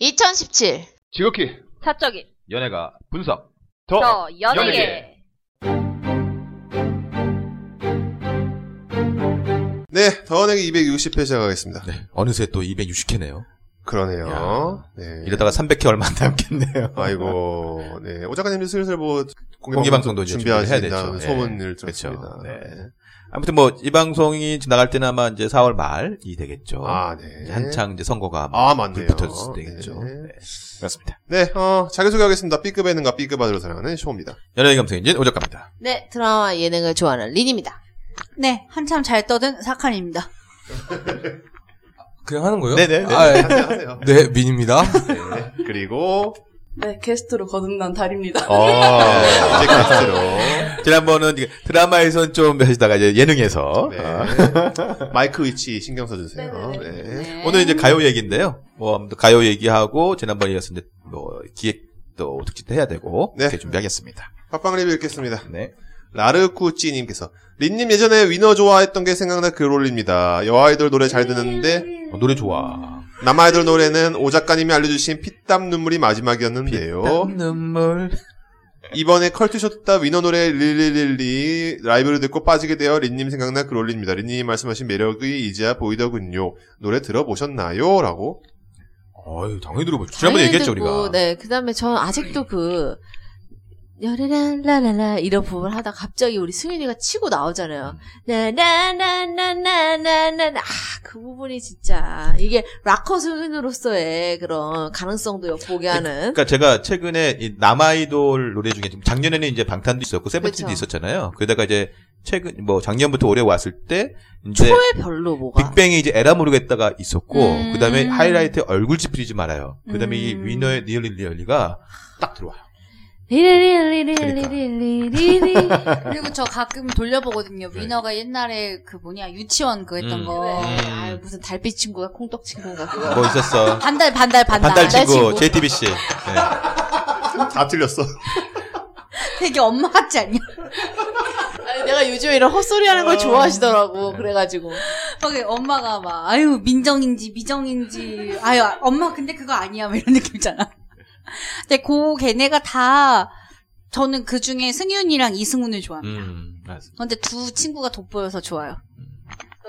2017 지극히 사적인 연예가 분석 더 더 연예계 연예계. 네, 더원에게 260회 시작하겠습니다. 네, 어느새 또 260회네요. 그러네요. 야, 네. 이러다가 300회 얼마 안 남겠네요. 아이고, 네. 오작가님도 슬슬 뭐, 공개 방송도 이제 준비를 해야 준비하신다는 되죠. 소문을 그렇죠. 들었습니다. 네. 아무튼 뭐 이 방송이 나갈 때는 아마 이제 4월 말이 되겠죠. 아, 네. 어, 이제 한창 이제 선거가 아, 맞네요. 불붙었을 때 되겠죠. 네. 네. 그렇습니다. 네, 어, 자기소개하겠습니다. B급 예능과 B급 아들로 사랑하는 쇼입니다. 연예인 감성인진 오작갑니다. 네 드라마 예능을 좋아하는 린입니다 네, 한참 잘 떠든 사칸입니다. 그냥 하는 거예요? 네네. 아, 예. 하세요, 하세요. 네, 민입니다. 네. 그리고, 네, 게스트로 거듭난 달입니다. 어, 아. 이제 가스로. 지난번은 이게 드라마에선 좀 하시다가 이제 예능에서 어, 네. 마이크 위치 신경 써주세요. 네, 네, 네. 오늘 이제 가요 얘기인데요. 뭐 아무튼 가요 얘기하고 지난번에 이어서 이제 뭐 기획도 특집도 해야 되고 네. 이렇게 준비하겠습니다. 팟빵 리뷰 읽겠습니다. 네. 라르쿠찌님께서 린님 예전에 위너 좋아했던 게 생각나 글 올립니다. 여아이돌 노래 잘 듣는데 어, 노래 좋아. 남아이돌 노래는 오 작가님이 알려주신 피땀 눈물이 네. 마지막이었는데요. 눈물. 이번에 컬투쇼 듣다 위너 노래 릴릴릴리 라이브를 듣고 빠지게 되어 린님 생각나 글 올립니다. 린님이 말씀하신 매력이 이제야 보이더군요. 노래 들어보셨나요? 라고 어유 당연히 들어보죠. 지난번에 얘기했죠 우리가. 네그 다음에 저는 아직도 그 여라라라라 이런 부분 하다 갑자기 우리 승윤이가 치고 나오잖아요 나나나나나나나 아그 부분이 진짜 이게 락커 승윤으로서의 그런 가능성도 엿보게 하는 그러니까 제가 최근에 이 남아이돌 노래 중에 지금 작년에는 이제 방탄도 있었고 세븐틴도 그쵸. 있었잖아요. 그러다가 이제 최근 뭐 작년부터 올해 왔을 때 이제 초에 별로 뭐가 빅뱅이 이제 에라 모르겠다가 있었고 음. 그다음에 하이라이트 얼굴 찌푸리지 말아요. 그다음에 이 음. 위너의 리얼리 리얼리가 딱 들어와요. 그러니까. 리리리리리리리리리 그리고 저 가끔 돌려보거든요. 네. 위너가 옛날에 그 뭐냐 유치원 그 했던 음. 거. 아유 무슨 달빛 친구가 콩떡 친구가 그거 뭐 있었어? 반달 반달 아, 반달. 반달 친구 친구. JTBC. 네. 다 틀렸어. 되게 엄마 같지 않냐? 아니, 내가 요즘 이런 헛소리 하는 어. 걸 좋아하시더라고. 그래가지고. 막 엄마가 막 아유 민정인지 미정인지 아유 엄마 근데 그거 아니야 막 이런 느낌이잖아. 근데 그 걔네가 다 저는 그 중에 승윤이랑 이승훈을 좋아합니다. 음. 맞습니다. 근데 두 친구가 돋보여서 좋아요.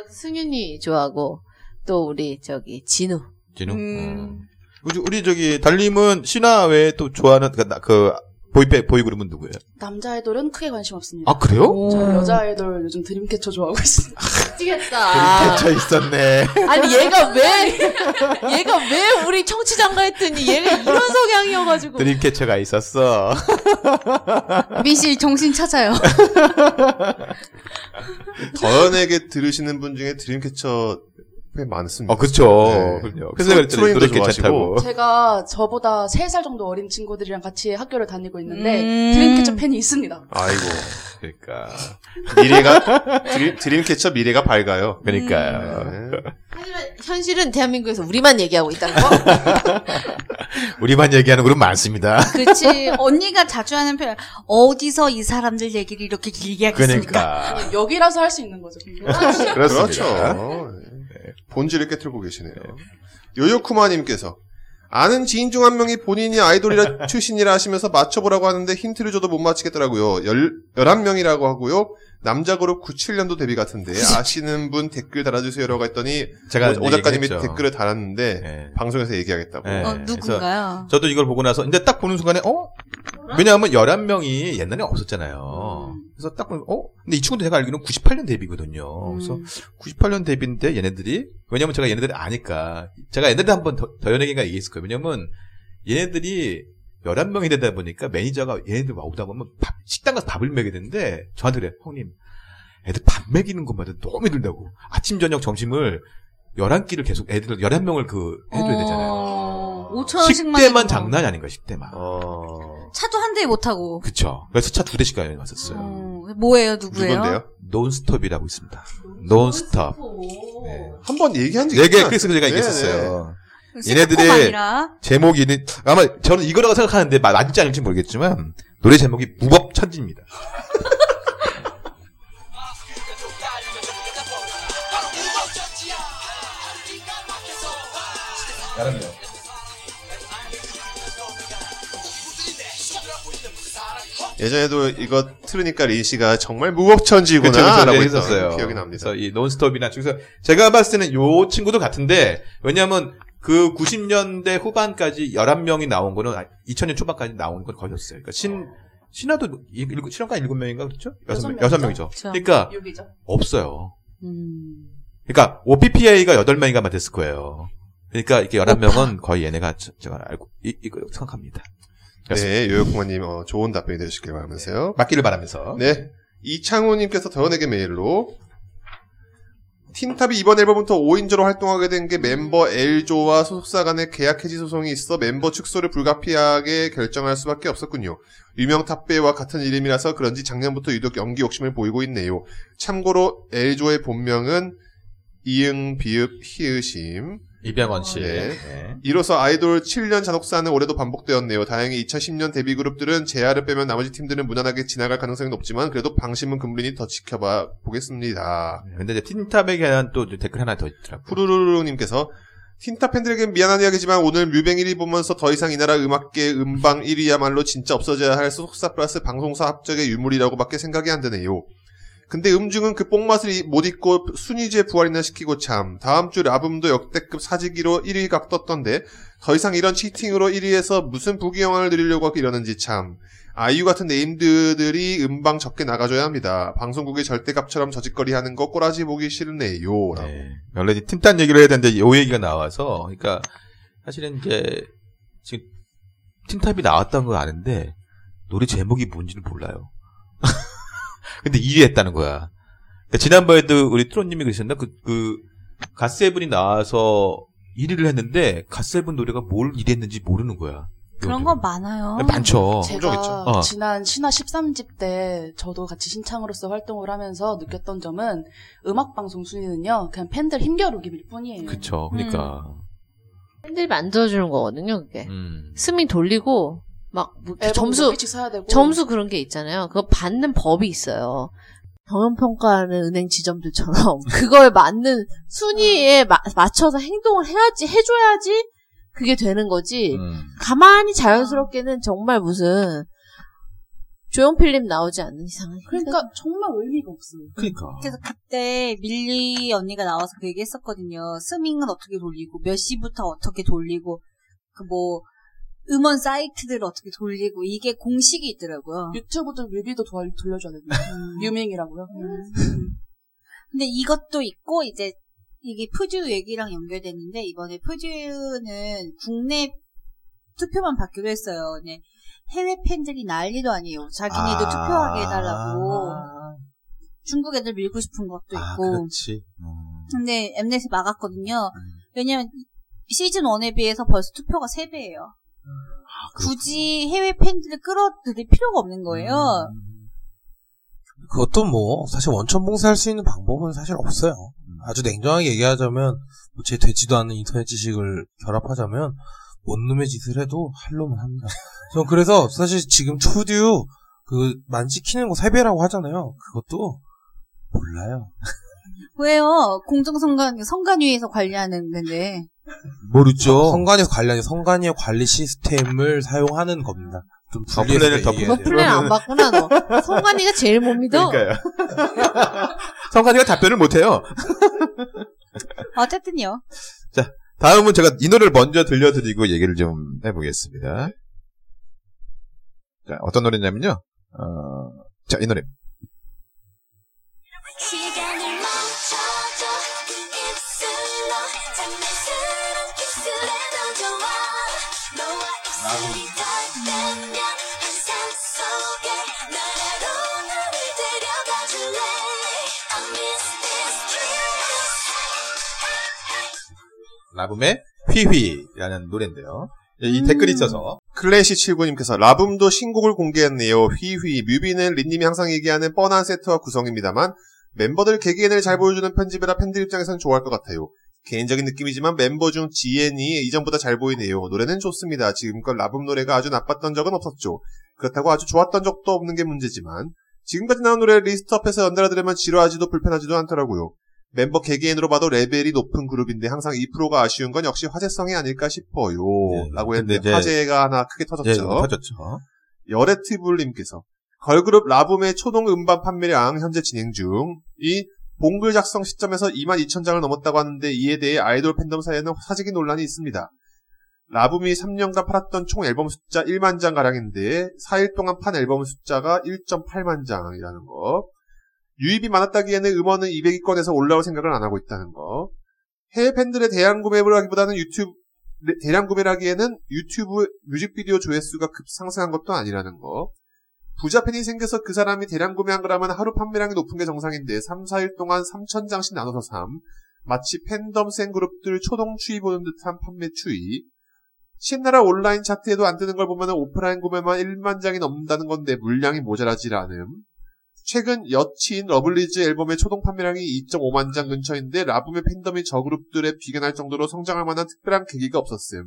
승윤이 좋아하고, 또 우리, 저기, 진우. 진우. 음. 어. 우리- 우리 저기 달님은 신화 외에 또 좋아하는 그, 나- 그 보이백 보이 그룹은 누구예요? 남자 아이돌은 크게 관심 없습니다. 아 그래요? 저 여자 아이돌 요즘 드림캐쳐 좋아하고 있습니다. 미치겠다. 대처 있었네. 아니, 얘가 왜, 얘가 왜 우리 청취장가 했더니 얘가 이런 성향이어가지고. 드림캐쳐가 있었어. 미실 정신 찾아요. 더연에게 들으시는 분 중에 드림캐쳐 꽤 많습니다. 어, 그쵸. 네. 그럼요. 그래서 그랬잖아요. 트로인도 드림캐쳐 타고. 좋아하시고. 어. 제가 저보다 3살 정도 어린 친구들이랑 같이 학교를 다니고 있는데 음. 드림캐쳐 팬이 있습니다. 아이고 그러니까. 미래가 드림, 드림캐쳐 미래가 밝아요. 그러니까요. 네. 하지만 현실은 대한민국에서 우리만 얘기하고 있다는 거. 우리만 얘기하는 그룹 많습니다. 그치. 언니가 자주 하는 표현. 어디서 이 사람들 얘기를 이렇게 길게 하겠습니까? 그러니까. 여기라서 할 수 있는 거죠. 그렇습니다. 그렇죠. 네. 본질을 깨뜨리고 계시네요. 요요쿠마님께서 아는 지인 중 한 명이 본인이 아이돌이라 출신이라 하시면서 맞춰보라고 하는데 힌트를 줘도 못 맞히겠더라고요. 열, 11명이라고 하고요. 남자 그룹 97년도 데뷔 같은데 아시는 분 댓글 달아주세요라고 했더니 제가 오, 오 작가님이 얘기했죠. 댓글을 달았는데 네. 방송에서 얘기하겠다고. 네. 어, 누군가요? 저도 이걸 보고 나서, 근데 딱 보는 순간에, 어? 왜냐하면 11명이 옛날에 없었잖아요. 그래서 딱 보면, 어? 근데 이 친구도 제가 알기로는 98년 데뷔거든요. 어, 그래서 음. 98년 데뷔인데 얘네들이, 왜냐면 제가 얘네들이 아니까. 제가 옛날에 한번 더, 더 연예계가 얘기했을 거예요. 왜냐면 얘네들이 11명이 되다 보니까 매니저가 얘네들 막 오다 보면 밥, 식당 가서 밥을 먹게 되는데 저한테 그래, 형님. 애들 밥 먹이는 것마다 너무 힘들다고. 아침, 저녁, 점심을 11끼를 계속 애들 11명을 그, 해줘야 되잖아요. 어, 5천원씩만. 식대만 장난이 아닌 거야, 식대만. 어, 차도 한 대 못하고. 그쵸. 그래서 차 두 대씩 가요, 왔었어요. 어, 뭐예요, 누구예요? 누군데요? 논스톱이라고 있습니다. 논스톱. 네. 한 번 얘기한 적이 얘기, 있구나. 그래서 제가 네, 얘기했었어요. 얘네들이. 얘네들의- 그 아니라. 제목이, 는 아마 저는 이거라고 생각하는데, 마- 맞을지 아닐지 모르겠지만, 노래 제목이 무법천지입니다. 나름이요. 예전에도 이거 틀으니까 린 씨가 정말 무법천지구나라고 그쵸, 네, 했던 했었어요. 기억이 납니다. 그래서 이 논스톱이나 중에서 제가 봤을 때는 요 친구도 같은데 왜냐하면 그 90년대 후반까지 11명이 나온 거는 2000년 초반까지 나온 건 거였어요. 그러니까 신 신화도 이- 일곱- 신화가 7명인가 그렇죠? 여섯 6명, 6명이죠. 명이죠. 그쵸. 그러니까 6이죠. 없어요. 음. 그러니까 OPPA가 8명인가만 됐을 거예요. 그러니까 이게 11명은 거의 얘네가 저- 제가 알고 이, 이거 생각합니다. 네, 요요코마님 어, 좋은 답변이 되셨길 바라면서요. 맞기를 바라면서. 네. 이창호님께서 더현에게 메일로 틴탑이 이번 앨범부터 5인조로 활동하게 된 게 멤버 L조와 소속사 간의 계약 해지 소송이 있어 멤버 축소를 불가피하게 결정할 수밖에 없었군요. 유명 탑배와 같은 이름이라서 그런지 작년부터 유독 연기 욕심을 보이고 있네요. 참고로 L조의 본명은 이응, 비읍, 희으심. 이병헌 씨. 네. 네. 이로써 아이돌 7년 잔혹사는 올해도 반복되었네요. 다행히 2010년 데뷔 그룹들은 제아를 빼면 나머지 팀들은 무난하게 지나갈 가능성이 높지만 그래도 방심은 금블린이 더 지켜봐 보겠습니다. 근데 이제 틴탑에 관한 또 댓글 하나 더 있더라고요. 후루루루님께서 틴타 팬들에겐 미안한 이야기지만 오늘 뮤뱅 1위 보면서 더 이상 이 나라 음악계 음방 1위야말로 진짜 없어져야 할 소속사 플러스 방송사 합작의 유물이라고밖에 생각이 안 드네요. 근데 음중은 그 뽕맛을 이- 못 잊고 순위제 부활이나 시키고 참 다음 주 라붐도 역대급 사직기로 1위 각 떴던데 더 이상 이런 치팅으로 1위에서 무슨 부귀영화를 누리려고 이러는지 참 아이유 같은 네임드들이 음방 적게 나가줘야 합니다. 방송국의 절대값처럼 저짓거리하는 거 꼬라지 보기 싫네요. 라고. 네. 원래 이제 팀딴 얘기를 해야 되는데 요 얘기가 나와서 그러니까 사실은 이제 지금 팀탑이 나왔다는 걸 아는데 노래 제목이 뭔지는 몰라요. 근데 1위 했다는 거야. 그러니까 지난번에도 우리 트론님이 그러셨나 그, 그 갓세븐이 나와서 1위를 했는데 갓세븐 노래가 뭘 1위 했는지 모르는 거야. 그런 거 많아요. 많죠. 성적이죠. 제가 어. 지난 신화 13집 때 저도 같이 신창으로서 활동을 하면서 느꼈던 점은 음악 방송 순위는요 그냥 팬들 힘겨루기일 뿐이에요. 그쵸. 그러니까 팬들이 만들어주는 거거든요, 그게. 음. 스밍 돌리고, 막, 뭐 이렇게 앨범 점수, 몇씩 사야 되고 점수 그런 게 있잖아요. 그거 받는 법이 있어요. 경영평가는 은행 지점들처럼 그걸 맞는 순위에 마- 맞춰서 행동을 해야지, 해줘야지 그게 되는 거지. 음. 가만히 자연스럽게는 정말 무슨 조용필님 나오지 않는 이상은 그러니까 정말 의미가 없어요. 그러니까. 그래서 그때 밀리 언니가 나와서 그 얘기 했었거든요. 스밍은 어떻게 돌리고, 몇 시부터 어떻게 돌리고, 그 뭐, 음원 사이트들 어떻게 돌리고, 이게 공식이 있더라고요. 음. 유튜브도 뮤비도 도와- 돌려줘야 되고 유밍이라고요. 근데 이것도 있고, 이제, 이게 푸듀 얘기랑 연결됐는데, 이번에 푸듀는 국내 투표만 받기로 했어요. 근데 해외 팬들이 난리도 아니에요. 자기네도 아. 그 투표하게 해달라고. 중국 애들 밀고 싶은 것도 아, 있고. 그렇지. 음. 근데 엠넷이 막았거든요. 음. 왜냐면 시즌 1에 비해서 벌써 투표가 3배예요. 아, 그렇구나. 굳이 해외 팬들을 끌어들일 필요가 없는 음. 거예요. 그것도 뭐 사실 원천 봉쇄할 수 있는 방법은 사실 없어요. 음. 아주 냉정하게 얘기하자면 뭐제 되지도 않는 인터넷 지식을 결합하자면 원룸의 짓을 해도 할 놈은 합니다. 전 그래서 사실 지금 투듀 그만 지키는 거 세배라고 하잖아요. 그것도 몰라요. 왜요? 공정성관 성관위에서 관리하는 건데 아, 모르죠. 성관위 관련 성관위의 관리 시스템을 사용하는 겁니다. 좀 분리해서 플랜을 더 얘기해야 너 네, 돼요. 분명 안 봤구나 너. 성관이가 제일 못 믿어. 그러니까요. 성관이가 답변을 못해요. 어쨌든요. 다음은 제가 이 노래를 먼저 들려드리고 얘기를 좀 해보겠습니다. 자, 어떤 노래냐면요. 어, 자, 이 노래. 시간을 멈춰줘 그 입술로 장난스러운 키스를 던져와 너와 입술이 닿으면 환상 속에 나라로 나를 데려가 줄래 I miss this dream 라붐의 휘휘라는 노래인데요. 이 음. 댓글이 있어서. 클래시 79님께서 라붐도 신곡을 공개했네요. 휘휘 뮤비는 린님이 항상 얘기하는 뻔한 세트와 구성입니다만 멤버들 개개인을 잘 보여주는 편집이라 팬들 입장에선 좋아할 것 같아요. 개인적인 느낌이지만 멤버 중 지엔이 이전보다 잘 보이네요. 노래는 좋습니다. 지금껏 라붐 노래가 아주 나빴던 적은 없었죠. 그렇다고 아주 좋았던 적도 없는 게 문제지만 지금까지 나온 노래 리스트 앞에서 연달아 들으면 지루하지도 불편하지도 않더라고요. 멤버 개개인으로 봐도 레벨이 높은 그룹인데 항상 2%가 아쉬운 건 역시 화제성이 아닐까 싶어요. 네, 라고 근데 했는데 이제 화제가 하나 크게 네, 터졌죠. 예, 이거 터졌죠. 여레티블님께서 걸그룹 라붐의 초동 음반 판매량 현재 진행 중. 이 봉글 작성 시점에서 2만 2천 장을 넘었다고 하는데 이에 대해 아이돌 팬덤 사이에는 사재기 논란이 있습니다. 라붐이 3년간 팔았던 총 앨범 숫자 1만 장 가량인데 4일 동안 판 앨범 숫자가 1.8만 장이라는 거. 유입이 많았다기에는 음원은 200위권에서 올라올 생각을 안 하고 있다는 거. 해외 팬들의 대량 구매를 하기보다는 유튜브 네, 대량 구매를 하기에는 유튜브 뮤직비디오 조회수가 급상승한 것도 아니라는 거. 부자 팬이 생겨서 그 사람이 대량 구매한 거라면 하루 판매량이 높은 게 정상인데 3, 4일 동안 3,000장씩 나눠서 삼. 마치 팬덤 센 그룹들 초동 추이 보는 듯한 판매 추이. 신나라 온라인 차트에도 안 뜨는 걸 보면 오프라인 구매만 1만 장이 넘는다는 건데 물량이 모자라질 않음. 최근 여친 러블리즈 앨범의 초동 판매량이 2.5만 장 근처인데 라붐의 팬덤이 저 그룹들에 비견할 정도로 성장할 만한 특별한 계기가 없었음.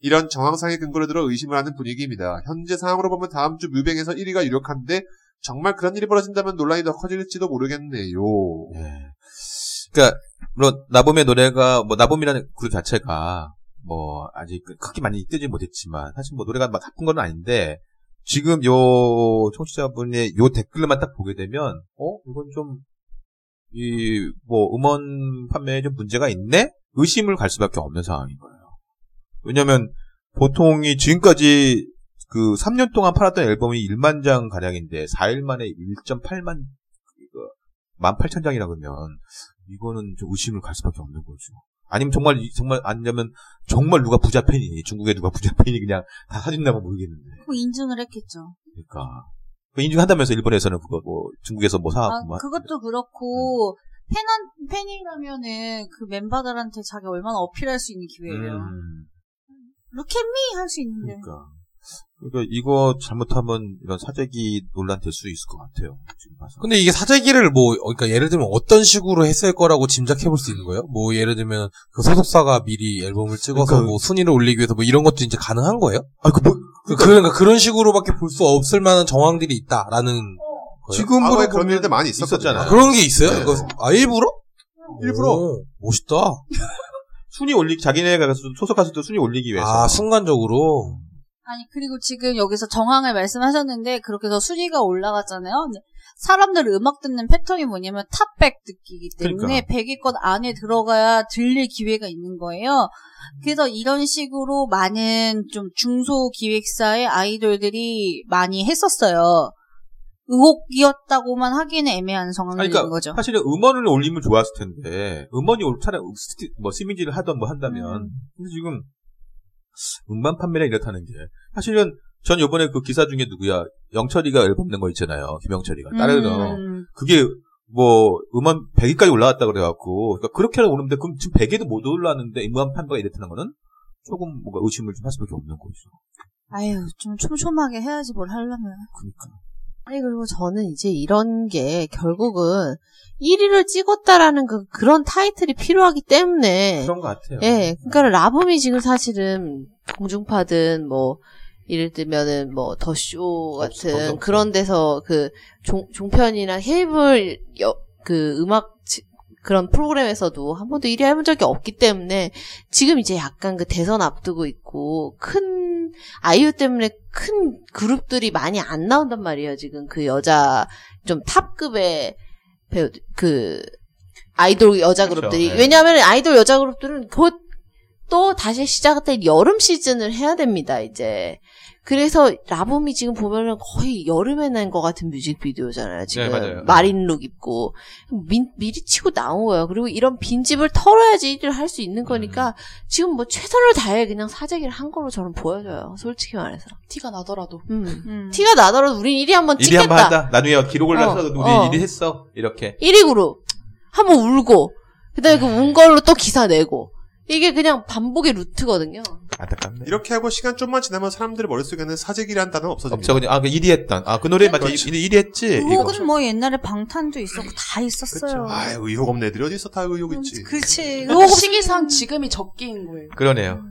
이런 정황상의 근거를 들어 의심을 하는 분위기입니다. 현재 상황으로 보면 다음 주 뮤뱅에서 1위가 유력한데 정말 그런 일이 벌어진다면 논란이 더 커질지도 모르겠네요. 예. 그러니까 물론 나봄의 노래가 뭐 나봄이라는 그룹 자체가 뭐 아직 그- 크게 많이 뜨지 못했지만 사실 뭐 노래가 막 나쁜 건 아닌데 지금 요 청취자분의 요 댓글만 딱 보게 되면 어 이건 좀 이 뭐 음원 판매에 좀 문제가 있네 의심을 갈 수밖에 없는 상황인 거예요. 왜냐면 보통이 지금까지 그 3년 동안 팔았던 앨범이 1만 장 가량인데 4일 만에 1.8만 18,000장이라 그러면 이거는 좀 의심을 갈 수밖에 없는 거죠. 아니면 정말 이- 정말 아니면 정말 누가 부자 팬이 중국에 누가 부자 팬이 그냥 다 사준다면 모르겠는데. 그거 인증을 했겠죠. 그러니까 그 인증한다면서 일본에서는 그거 뭐 중국에서 뭐 아, 사왔구만. 그것도 그렇고 팬한 팬이라면은 그 멤버들한테 자기 얼마나 어필할 수 있는 기회예요. 음, 루켓미 할 수 있는데. 그러니까 그러니까 이거 잘못하면 이런 사재기 논란 될 수 있을 것 같아요. 지금 봐서. 근데 이게 사재기를 뭐, 그러니까 예를 들면 어떤 식으로 했을 거라고 짐작해 볼 수 있는 거예요? 뭐 예를 들면 그 소속사가 미리 앨범을 찍어서 그러니까 뭐 순위를 올리기 위해서 뭐 이런 것도 이제 가능한 거예요? 아, 그 뭐, 그- 그러니까 그런 식으로밖에 볼 수 없을 만한 정황들이 있다라는 거예요? 지금으로 네. 과거에 그런 보면 일들 많이 있었거든요. 아, 있었잖아요. 그런 게 있어요? 네. 이거- 아 일부러? 일부러. 오, 멋있다. 순위 올리기 자기네가 가수- 소속 가수도 순위 올리기 위해서. 아 순간적으로 아니 그리고 지금 여기서 정황을 말씀하셨는데 그렇게 해서 순위가 올라갔잖아요. 근데 사람들 음악 듣는 패턴이 뭐냐면 탑백 듣기이기 때문에 그러니까. 100위권 안에 들어가야 들릴 기회가 있는 거예요. 음. 그래서 이런 식으로 많은 좀 중소 기획사의 아이돌들이 많이 했었어요. 의혹이었다고만 하기는 애매한 상황인 아니, 그러니까 거죠. 사실은 음원을 올리면 좋았을 텐데 음원이 올- 차라리 스티- 뭐 시민지를 하던 뭐 한다면 근데 지금 음반 판매량 이렇다는 게 사실은 전 요번에 그 기사 중에 누구야 영철이가 앨범 낸 거 있잖아요 김영철이가 따르던 음, 그게 뭐 음원 100위까지 올라왔다 그래갖고 그러니까 그렇게 오는데 그럼 지금 100위도 못 올랐는데 음반 판매가 이렇다는 거는 조금 뭔가 의심을 좀 할 수밖에 없는 거죠 아유 좀 촘촘하게 해야지 뭘 하려면. 그러니까 아니, 그리고 저는 이제 이런 게 결국은 1위를 찍었다라는 그, 그런 타이틀이 필요하기 때문에. 그런 것 같아요 네. 예, 그러니까 라붐이 지금 사실은 공중파든 뭐, 예를 들면은 뭐, 더 쇼 없어, 같은 없어. 그런 데서 그, 종, 종편이나 케이블 여- 그 음악 치- 그런 프로그램에서도 한 번도 1위 해본 적이 없기 때문에 지금 이제 약간 그 대선 앞두고 있고 큰 아이유 때문에 큰 그룹들이 많이 안 나온단 말이에요. 지금 그 여자 좀 탑급의 배우 그 아이돌 여자 그렇죠. 그룹들이 네. 왜냐하면 아이돌 여자 그룹들은 곧 또 다시 시작될 여름 시즌을 해야 됩니다. 이제 그래서 라붐이 지금 보면은 거의 여름에 낸 것 같은 뮤직비디오잖아요. 지금 네, 맞아요. 마린룩 입고 미, 미리 치고 나온 거예요. 그리고 이런 빈집을 털어야지 일을 할 수 있는 음. 거니까 지금 뭐 최선을 다해 그냥 사재기를 한 거로 저는 보여져요. 솔직히 말해서. 티가 나더라도 음. 음. 티가 나더라도 우린 1위 한번 1위 한번 찍겠다. 하자 나중에 기록을 어, 나서 우리 어. 1위 했어 이렇게 1위 그룹 한번 울고 그다음에 그 운 걸로 또 기사 내고 이게 그냥 반복의 루트거든요. 안타깝네 이렇게 하고 시간 좀만 지나면 사람들 머릿속에는 사재기란 단어는 없어집니다. 없죠. 그냥 아, 그 1위 했던. 아, 그 노래 맞지? 그렇죠. 1위 했지? 예, 이거. 혹은 뭐 옛날에 방탄도 있었고 다 있었어요. 아 의혹 없는 애들이 어디 있어? 다 의혹 음, 있지. 음. 그렇지. 시기상 지금이 적기인 거예요. 그러네요.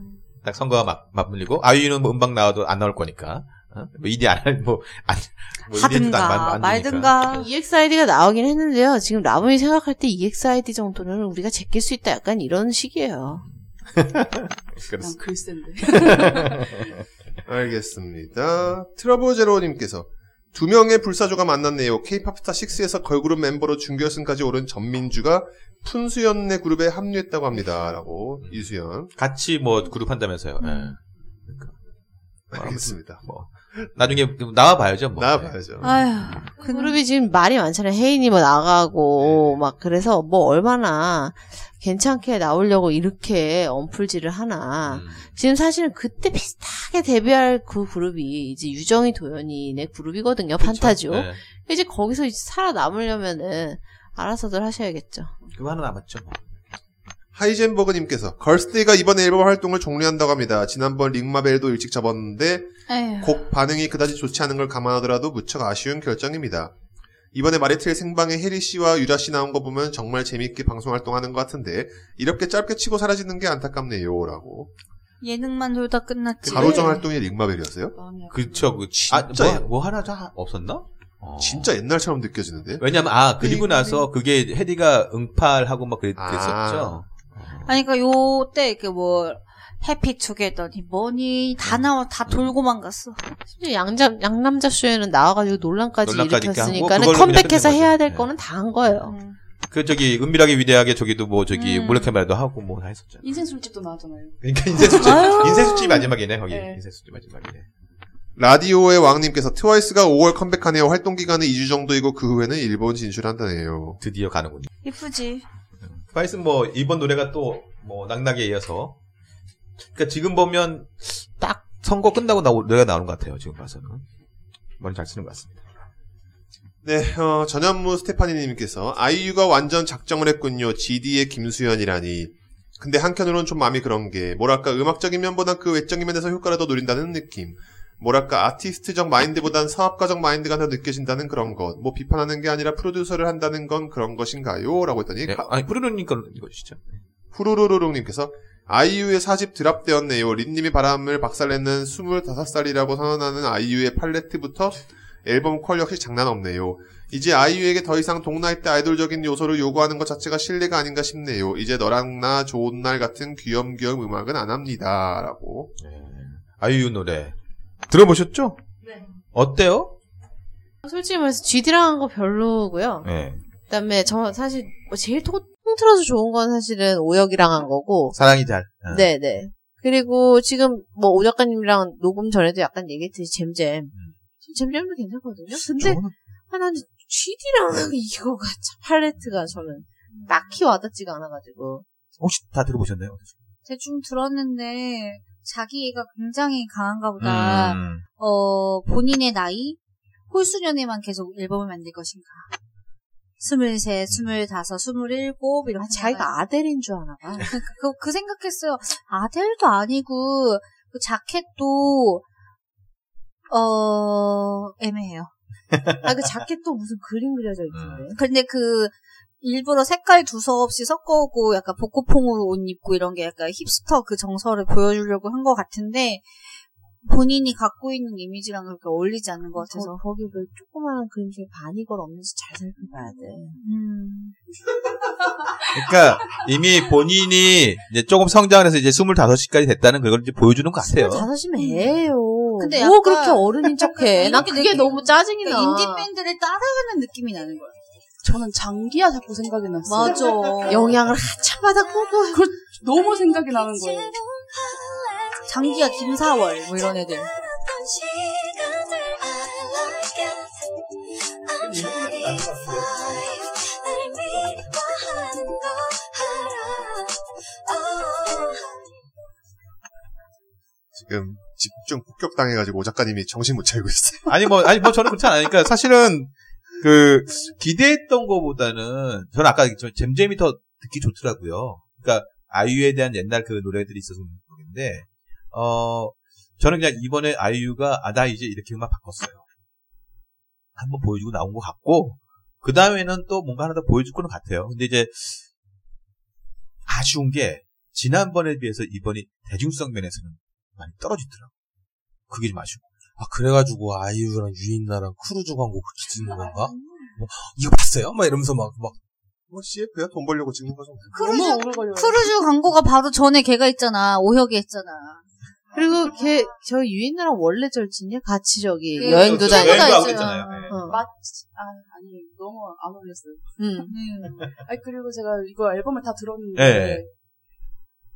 딱 선거와 맞, 맞물리고. 아이유는 뭐 음방 나와도 안 나올 거니까. 어? 뭐 1위 안, 할- 뭐, 안, 뭐 1위 해도 안, 음. 안, 하든가 안 되니까. 말든가. E EXID가 나오긴 했는데요. 지금 라붐이 생각할 때 E EXID 정도는 우리가 제낄 수 있다. 약간 이런 식이에요. 난 그렇습니다. 글쓴데. 알겠습니다. 트러블 제로님께서 두 명의 불사조가 만났네요. K-팝스타 6에서 걸그룹 멤버로 준결승까지 오른 전민주가 푼수연네 그룹에 합류했다고 합니다.라고 이수연 같이 뭐 그룹 한다면서요. 예. 음. 알겠습니다. 뭐 나중에 나와 봐야죠. 뭐. 나와봐야죠. 아휴, 음. 그 노래 그룹이 지금 말이 많잖아요. 혜인이 뭐 나가고, 막, 그래서 뭐 얼마나 괜찮게 나오려고 이렇게 언풀질을 아, 하나. 음. 지금 사실은 그때 비슷하게 데뷔할 그 그룹이 이제 유정이 도연이네 그룹이거든요. 판타지오. 네. 이제 거기서 이제 살아남으려면은 알아서들 하셔야겠죠. 그거 하나 남았죠. 뭐. 하이젠버그님께서 걸스데이가 이번 앨범 활동을 종료한다고 합니다. 지난번 링마벨도 일찍 접었는데 에휴. 곡 반응이 그다지 좋지 않은 걸 감안하더라도 무척 아쉬운 결정입니다. 이번에 마리틀 생방에 혜리 씨와 유라 씨 나온 거 보면 정말 재밌게 방송 활동하는 것 같은데 이렇게 짧게 치고 사라지는 게 안타깝네요라고 예능만 돌다 끝났지. 가로정 활동이 링마벨이었어요? 마음이 아프네요. 그쵸, 그, 진, 진짜요? 아, 뭐, 뭐 하나 다 없었나? 어. 진짜 네, 옛날처럼 느껴지는데 왜냐면, 아, 그리고 나서 그게 헤디가 응팔하고 막 아. 그랬, 그랬었죠. 아니, 그니까 요때 이렇게 뭐, 해피 투게더니 뭐니, 음. 다 나와, 다 돌고만 갔어. 심지어 양자, 양남자 쇼에는 나와가지고 논란까지, 논란까지 일으켰으니까 하고 는 그걸로 컴백해서 그냥 끝낸 해야 거죠. 될 네. 거는 다 한 거예요. 음. 그, 저기, 은밀하게 위대하게 저기도 뭐, 저기, 음. 몰래카메라도 하고 뭐 다 했었잖아요. 인생 술집도 나왔잖아요. 그러니까 인쇄수집, 아유. 인쇄수집 마지막이네, 거기. 네. 인쇄수집 마지막이네. 라디오의 왕님께서 트와이스가 5월 컴백하네요. 활동 기간은 2주 정도이고 그 후에는 일본 진출한다네요. 드디어 가는군요. 이쁘지. 파이슨 뭐, 이번 노래가 또, 뭐, 낙낙에 이어서. 그니까 지금 보면, 딱, 선거 끝나고 나오, 노래가 나오는 것 같아요, 지금 봐서는. 머리 잘 쓰는 것 같습니다. 네, 어, 전현무 스테파니님께서 아이유가 완전 작정을 했군요. GD의 김수현이라니. 근데 한켠으로는 좀 마음이 그런 게 뭐랄까 음악적인 면보단 그 외적인 면에서 효과를 더 노린다는 느낌. 뭐랄까 아티스트적 마인드보단 사업가적 마인드가 더 느껴진다는 그런 것. 뭐 비판하는 게 아니라 프로듀서를 한다는 건 그런 것인가요? 라고 했더니 네, 가- 아니, 네. 뿌르르니까 이거시죠. 후루루루룩님께서 아이유의 사집 드랍되었네요. 린님이 바람을 박살내는 25살이라고 선언하는 아이유의 팔레트부터 앨범 퀄 역시 장난 없네요. 이제 아이유에게 더 이상 동나이 때 아이돌적인 요소를 요구하는 것 자체가 실례가 아닌가 싶네요. 이제 너랑 나 좋은 날 같은 귀염귀염 음악은 안 합니다. 라고. 아이유 노래. 들어보셨죠? 네. 어때요? 솔직히 말해서 GD랑 한 거 별로고요. 예. 그다음에 저 사실 뭐 제일 통, 틀어서 좋은 건 사실은 오혁이랑 한 거고 사랑이 잘. 어. 네네 그리고 지금 뭐 오 작가님이랑 녹음 전에도 약간 얘기했듯이 음. 잼잼 잼잼도 괜찮거든요 근데 저는- 하나 GD랑 이거가 참 팔레트가 저는 딱히 와닿지가 않아가지고 혹시 다 들어보셨나요? 대충 들었는데, 자기애가 굉장히 강한가 음. 보다. 음. 어, 본인의 나이, 홀수년에만 계속 앨범을 만들 것인가. 스물세, 스물다섯, 스물일곱, 이런 자기가 아델인 줄 아나 봐 그, 그, 그 생각했어요. 아델도 아니고, 그 자켓도, 어, 애매해요. 아, 그 자켓도 무슨 그림 그려져 있던데 근데 그, 일부러 색깔 두서 없이 섞어오고 약간 복고풍으로 옷 입고 이런 게 약간 힙스터 그 정서를 보여주려고 한 것 같은데, 본인이 갖고 있는 이미지랑 그렇게 어울리지 않는 것 같아서. 그래서 거기 왜 조그마한 그림 중에 반이 걸 없는지 잘 살펴봐야 돼 음. 그러니까 이미 본인이 이제 조금 성장해서 이제 25시까지 됐다는 그걸 이제 보여주는 것 같아요. 다섯이면 애예요 근데 뭐 약간- 그렇게 어른인 척해 난 이렇게 그게 되게- 너무 짜증이 나 그러니까 인디밴드를 따라가는 느낌이 나는 거야. 저는 장기야 자꾸 생각이 났어요. 영향을 한참 받았고 또 그 너무 생각이 나는 거예요. 장기야, 김사월, 뭐 이런 애들. 음. 지금 집중 폭격당해가지고 오 작가님이 정신 못 차리고 있어요. 아니 뭐 아니 뭐 저는 그렇지 않아요. 그러니까 사실은 그 기대했던 거보다는 저는 아까 저 잼잼이 더 듣기 좋더라고요. 그러니까 아이유에 대한 옛날 그 노래들이 있어서 그런 건데 어 저는 그냥 이번에 아이유가 아 나 이제 이렇게 음악 바꿨어요. 한번 보여주고 나온 것 같고 그 다음에는 또 뭔가 하나 더 보여줄 거는 같아요. 근데 이제 아쉬운 게 지난번에 비해서 이번이 대중성 면에서는 많이 떨어지더라고. 요 그게 좀 아쉬워. 아, 그래가지고 아이유랑 유인나랑 크루즈 광고 기지는 아, 건가? 뭐, 이거 봤어요? 막 이러면서 막, 막, 뭐 CF야? 돈 벌려고 뭐 찍는 거죠. 크루즈, 오래 걸려요. 크루즈 광고가 바로 전에 걔가 있잖아. 오혁이 했잖아. 그리고 걔, 저 유인이랑 원래 절친이야? 같이 저기 그 여행도 다니고. 친구가 있어요. 여행도 하고 있잖아요. 예. 어. 맞, 아, 아니, 너무 안 어울렸어요. 응. 아니, 그리고 제가 이거 앨범을 다 들었는데. 예.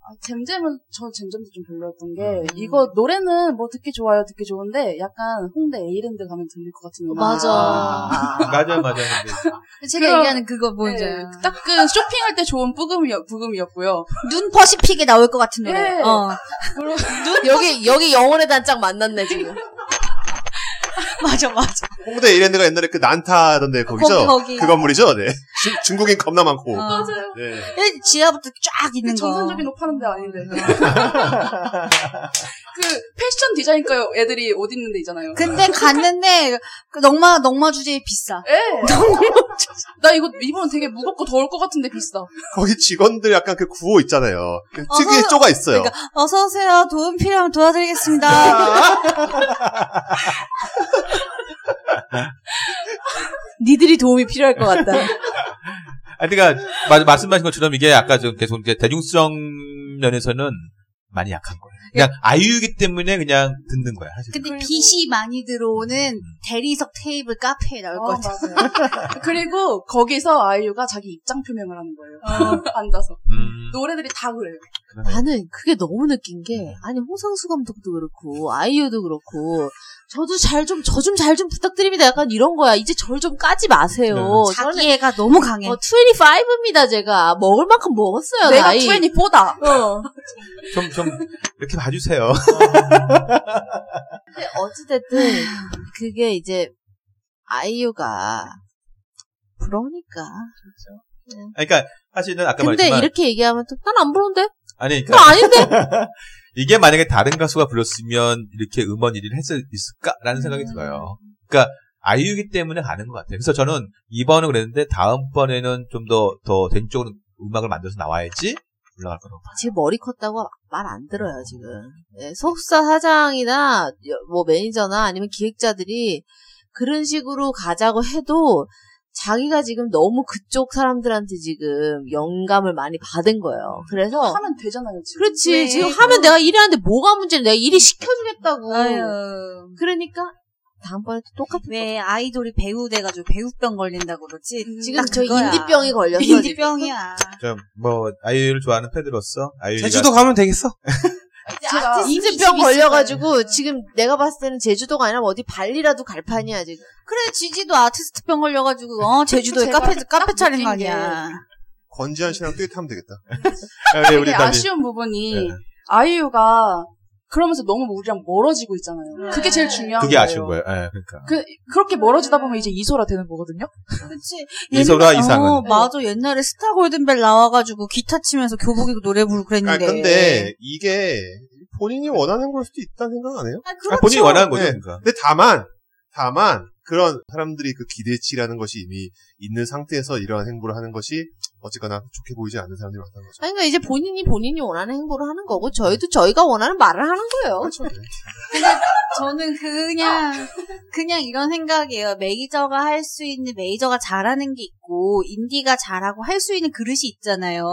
아, 잼잼은, 저 잼잼도 좀 별로였던 게, 음. 이거 노래는 뭐 듣기 좋아요, 듣기 좋은데, 약간 홍대 에이랜드 가면 들릴 것 같은 음악. 어, 맞아. 예. 맞아, 맞아. 근데 제가 그럼- 얘기하는 그거 뭐 뭔지 네, 알아요? 딱 그 쇼핑할 때 좋은 부금이었, 부금이었고요. 눈 퍼시픽에 나올 것 같은 노래. 네. 예. 어. 그리고 여기, 여기 영혼의 단짝 만났네, 지금. 맞아, 맞아. 홍대 이랜드가 옛날에 그 난타던 데 거기죠? 거기, 거기. 그 건물이죠? 네. 중, 중국인 겁나 많고. 어. 네. 예, 지하부터 쫙 있는 거. 정상적인 옷 파는 데 아닌데. 그 패션 디자인과 애들이 옷 입는 데 있잖아요. 근데 갔는데 그 넉마 넉마 주제에 비싸. 예. 나 이거 입으면 되게 무겁고 더울 것 같은데 비싸. 거기 직원들 약간 그 구호 있잖아요. 그 어, 특유의 선- 쪼가 있어요. 어서 오세요. 도움 필요하면 도와드리겠습니다. 니들이 도움이 필요할 것 같다. 아, 그러니까 마- 말씀하신 것처럼 이게 아까 좀 계속 이제 대중성 면에서는 많이 약한 거예요. 그냥 아이유이기 때문에 그냥 듣는 거야. 사실. 근데 빛이 많이 들어오는 대리석 테이블 카페에 나올 것 같아. 맞아요. 그리고 거기서 아이유가 자기 입장 표명을 하는 거예요. 앉아서. 음, 노래들이 다 그래요. 나는 그게 너무 느낀 게, 아니, 홍상수 감독도 그렇고, 아이유도 그렇고, 저도 잘 좀, 저 좀 잘 좀 부탁드립니다. 약간 이런 거야. 이제 저를 좀 까지 마세요. 네. 저는 자기애가 너무 강해. 어, 25입니다, 제가. 먹을 만큼 먹었어요, 내가 아, 나이. 24다. 어. 좀, 좀, 이렇게 봐주세요. 근데 어찌됐든, 그게 이제, 아이유가, 부러우니까. 아니, 그러니까 사실은 아까 근데 말했지만 이렇게 얘기하면 또, 난 안 부러운데? 아니, 그러니까 나 아닌데? 이게 만약에 다른 가수가 불렀으면 이렇게 음원 1위를 했을 있을까라는 생각이 음. 들어요. 그러니까 아이유기 때문에 가는 것 같아요. 그래서 저는 이번은 그랬는데 다음번에는 좀 더 더 대중적으로 음악을 만들어서 나와야지 올라갈 거라고. 봐요. 지금 머리 컸다고 말 안 들어요, 지금. 예, 소속사 사장이나, 여- 뭐 매니저나 아니면 기획자들이, 그런 식으로 가자고 해도, 자기가 지금 너무 그쪽 사람들한테 지금 영감을 많이 받은 거예요. 그래서, 하면 되잖아요, 지금. 그렇지. 음. 네. 지금 하면 내가 일을 하는데 뭐가 문제냐. 내가 일이 시켜주겠다고. 아유. 그러니까 다음번에 또 똑같은 거. 왜 아이돌이 배우 돼가지고 배우병 걸린다고 그러지? 지금 음, 딱 저 그거야. 인디병이 걸렸어. 지금. 인디병이야. 좀 뭐 아이유를 좋아하는 팬으로서 네, 아이유가 제주도 가면 되겠어. 제가 인디병 걸려가지고 지금 내가 봤을 때는 제주도가 아니라 뭐 어디 발리라도 갈 판이야 지금. 그래 지지도 아티스트병 걸려가지고 어 제주도에 제가 카페 카페 딱 차린 거 느낀 게 아니야. 권지현 씨랑 듀엣하면 되겠다. 아, 네, 우리 되게 다들 아쉬운 부분이 네. 아이유가 그러면서 너무 우리랑 멀어지고 있잖아요. 그게 제일 중요한 그게 거예요. 아쉬운 거예요. 예, 그러니까. 그, 그렇게 멀어지다 보면 이제 이소라 되는 거거든요? 그치. 이소라 옛날- 이상은. 어, 맞아. 옛날에 스타 골든벨 나와가지고 기타 치면서 교복 입고 노래 부르고 아, 그랬는데. 근데 이게 본인이 원하는 걸 수도 있다는 생각 안 해요? 아, 아, 본인이 원하는 거죠, 네. 그러니까. 근데 다만, 다만, 그런 사람들이 그 기대치라는 것이 이미 있는 상태에서 이러한 행보를 하는 것이 어쨌거나 좋게 보이지 않는 사람들이 많다는 거죠. 아니, 그러니까 이제 본인이 본인이 원하는 행보를 하는 거고 저희도 저희가 원하는 말을 하는 거예요. 그렇죠. 네. 저는 그냥 그냥 이런 생각이에요. 메이저가 할 수 있는 메이저가 잘하는 게 있고 인디가 잘하고 할 수 있는 그릇이 있잖아요.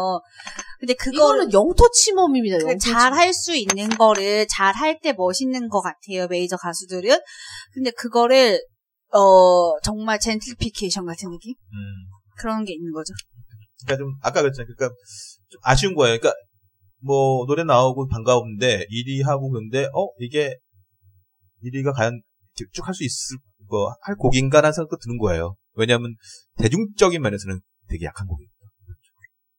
근데 그거를 그 이거는 영토침범입니다. 영토침범. 잘 할 수 있는 거를 잘 할 때 멋있는 것 같아요. 메이저 가수들은. 근데 그거를 어 정말 젠틀피케이션 같은 느낌 음. 그런 게 있는 거죠. 그러니까 좀 아까 그랬잖아요. 그러니까 좀 아쉬운 거예요. 그러니까 뭐 노래 나오고 반가운데 1위 하고 근데 어 이게 1위가 과연 쭉 할 수 있을 거 할 곡인가라는 생각도 드는 거예요. 왜냐하면 대중적인 면에서는 되게 약한 곡이에요.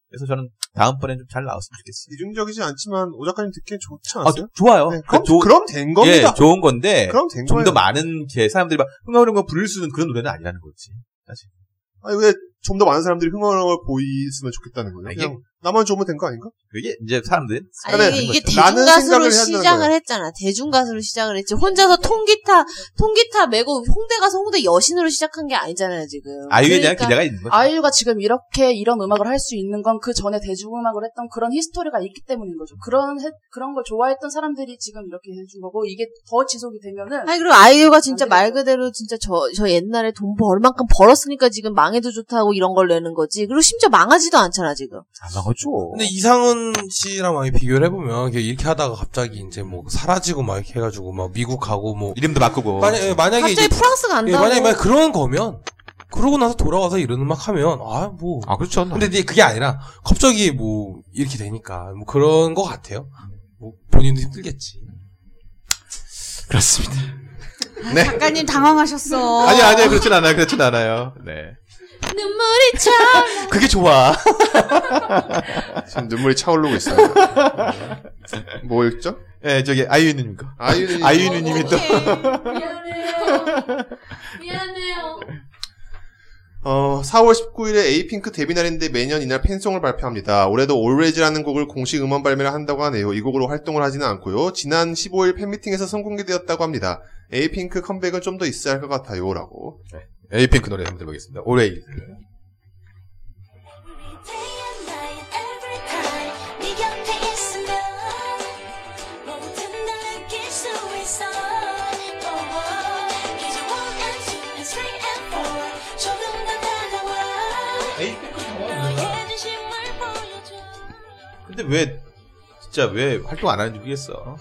그래서 저는 다음번엔 좀 잘 나왔으면 좋겠어요. 이중적이지 않지만 오 작가님 듣기엔 좋지 아, 않았어요? 조- 좋아요. 네, 그러니까 그럼, 조- 그럼 된 예, 겁니다. 좋은 건데 그럼 된 좀 거예요. 더 많은 게 사람들이 막 흥얼흥얼 거 부를 수 있는 그런 노래는 아니라는 거지. 아니, 왜 좀 더 많은 사람들이 흥얼흥얼 보이으면 좋겠다는 거예요? 아, 이게- 그냥 나만 좋으면 된 거 아닌가? 그게 이제 사람들이 아니, 네, 이게, 이게 라는 생각을 해야 대중가수로 되는 시작을 거예요. 했잖아. 대중가수로 시작을 했지. 혼자서 통기타, 통기타 메고 홍대 가서 홍대 여신으로 시작한 게 아니잖아요, 지금. 아이유에 대한 그러니까 기대가 있는 거죠. 아이유가 지금 이렇게 이런 음악을 할 수 있는 건 그 전에 대중음악을 했던 그런 히스토리가 있기 때문인 거죠. 그런 해- 그런 걸 좋아했던 사람들이 지금 이렇게 해준 거고 이게 더 지속이 되면은 아니 그리고 아이유가 진짜 안 되겠다. 말 그대로 진짜 저, 저 옛날에 돈 벌만큼 벌었으니까 지금 망해도 좋다고 이런 걸 내는 거지. 그리고 심지어 망하지도 않잖아 지금. 아마 거죠. 근데 이상은 씨랑 많이 비교를 해보면 이렇게 이렇게 하다가 갑자기 이제 뭐 사라지고 막 이렇게 해가지고 막 미국 가고 뭐 네. 이름도 바꾸고. 만약 예, 만약에 갑자기 이제 프랑스 예, 간다고. 만약에 만약 그런 거면 그러고 나서 돌아와서 이런 음악 하면 아뭐 아 그렇죠. 근데 이제 그게 아니라 갑자기 뭐 이렇게 되니까 뭐 그런 거 같아요. 뭐 본인도 힘들겠지. 그렇습니다. 네. 작가님 당황하셨어. 아니 아니 그렇진 않아요. 그렇진 않아요. 네. 눈물이 차. 그게 좋아. 지금 눈물이 차오르고 있어요. 뭐 읽죠? 예 저기 아이유님과 아이유님. 아이유님이 또 미안해요. 미안해요. 어, 4월 19일에 에이핑크 데뷔 날인데 매년 이날 팬송을 발표합니다. 올해도 Always라는 곡을 공식 음원 발매를 한다고 하네요. 이 곡으로 활동을 하지는 않고요. 지난 15일 팬미팅에서 선공개되었다고 합니다. 에이핑크 컴백은 좀 더 있어야 할 것 같아요. 라고. 네. 에이핑크 노래 한번 들어보겠습니다. 올웨이. Day and night, every time 네 곁에 있으면 모든 걸 느낄 수 있어 Oh, oh. 이제 one and two and three and four 조금 더 다가와 뭐. 너의 진심을 보여줘 근데 왜 진짜 왜 활동 안 하는지 모르겠어.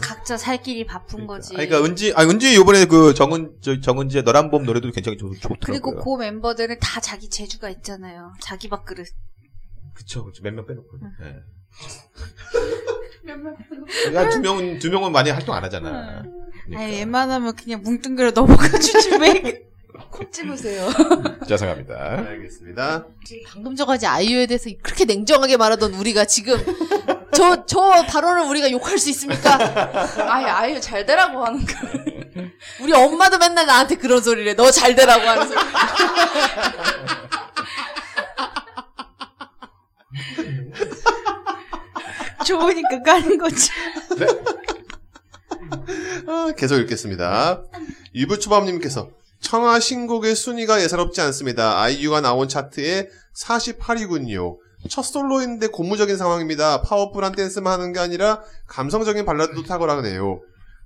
각자 살 길이 바쁜 그러니까. 거지. 아니, 그러니까 은지 아 은지 이번에 그 정은 저 정은지의 너란봄 노래도 굉장히 좋, 좋더라고요. 그리고 그 멤버들은 다 자기 재주가 있잖아요. 자기 밥그릇. 그쵸 그쵸 몇명 빼놓고. 네. 야두 명은 두 명은 많이 활동 안 하잖아. 아니, 그러니까. 웬만하면 그냥 뭉뚱그려 넘어가 주지 왜. 콕 집으세요. 죄송합니다. 알겠습니다. 방금 전까지 아이유에 대해서 그렇게 냉정하게 말하던 우리가 지금 저 저 발언을 우리가 욕할 수 있습니까? 아예 아예 잘 되라고 하는 거. 우리 엄마도 맨날 나한테 그런 소리를 해. 너 잘 되라고 하는 소리. 좋으니까 까는 거지. 아, 계속 읽겠습니다. 유부초밥님께서 청아 신곡의 순위가 예사롭지 않습니다. 아이유가 나온 차트에 48위군요. 첫 솔로인데 고무적인 상황입니다. 파워풀한 댄스만 하는 게 아니라 감성적인 발라드도 탁월하네요.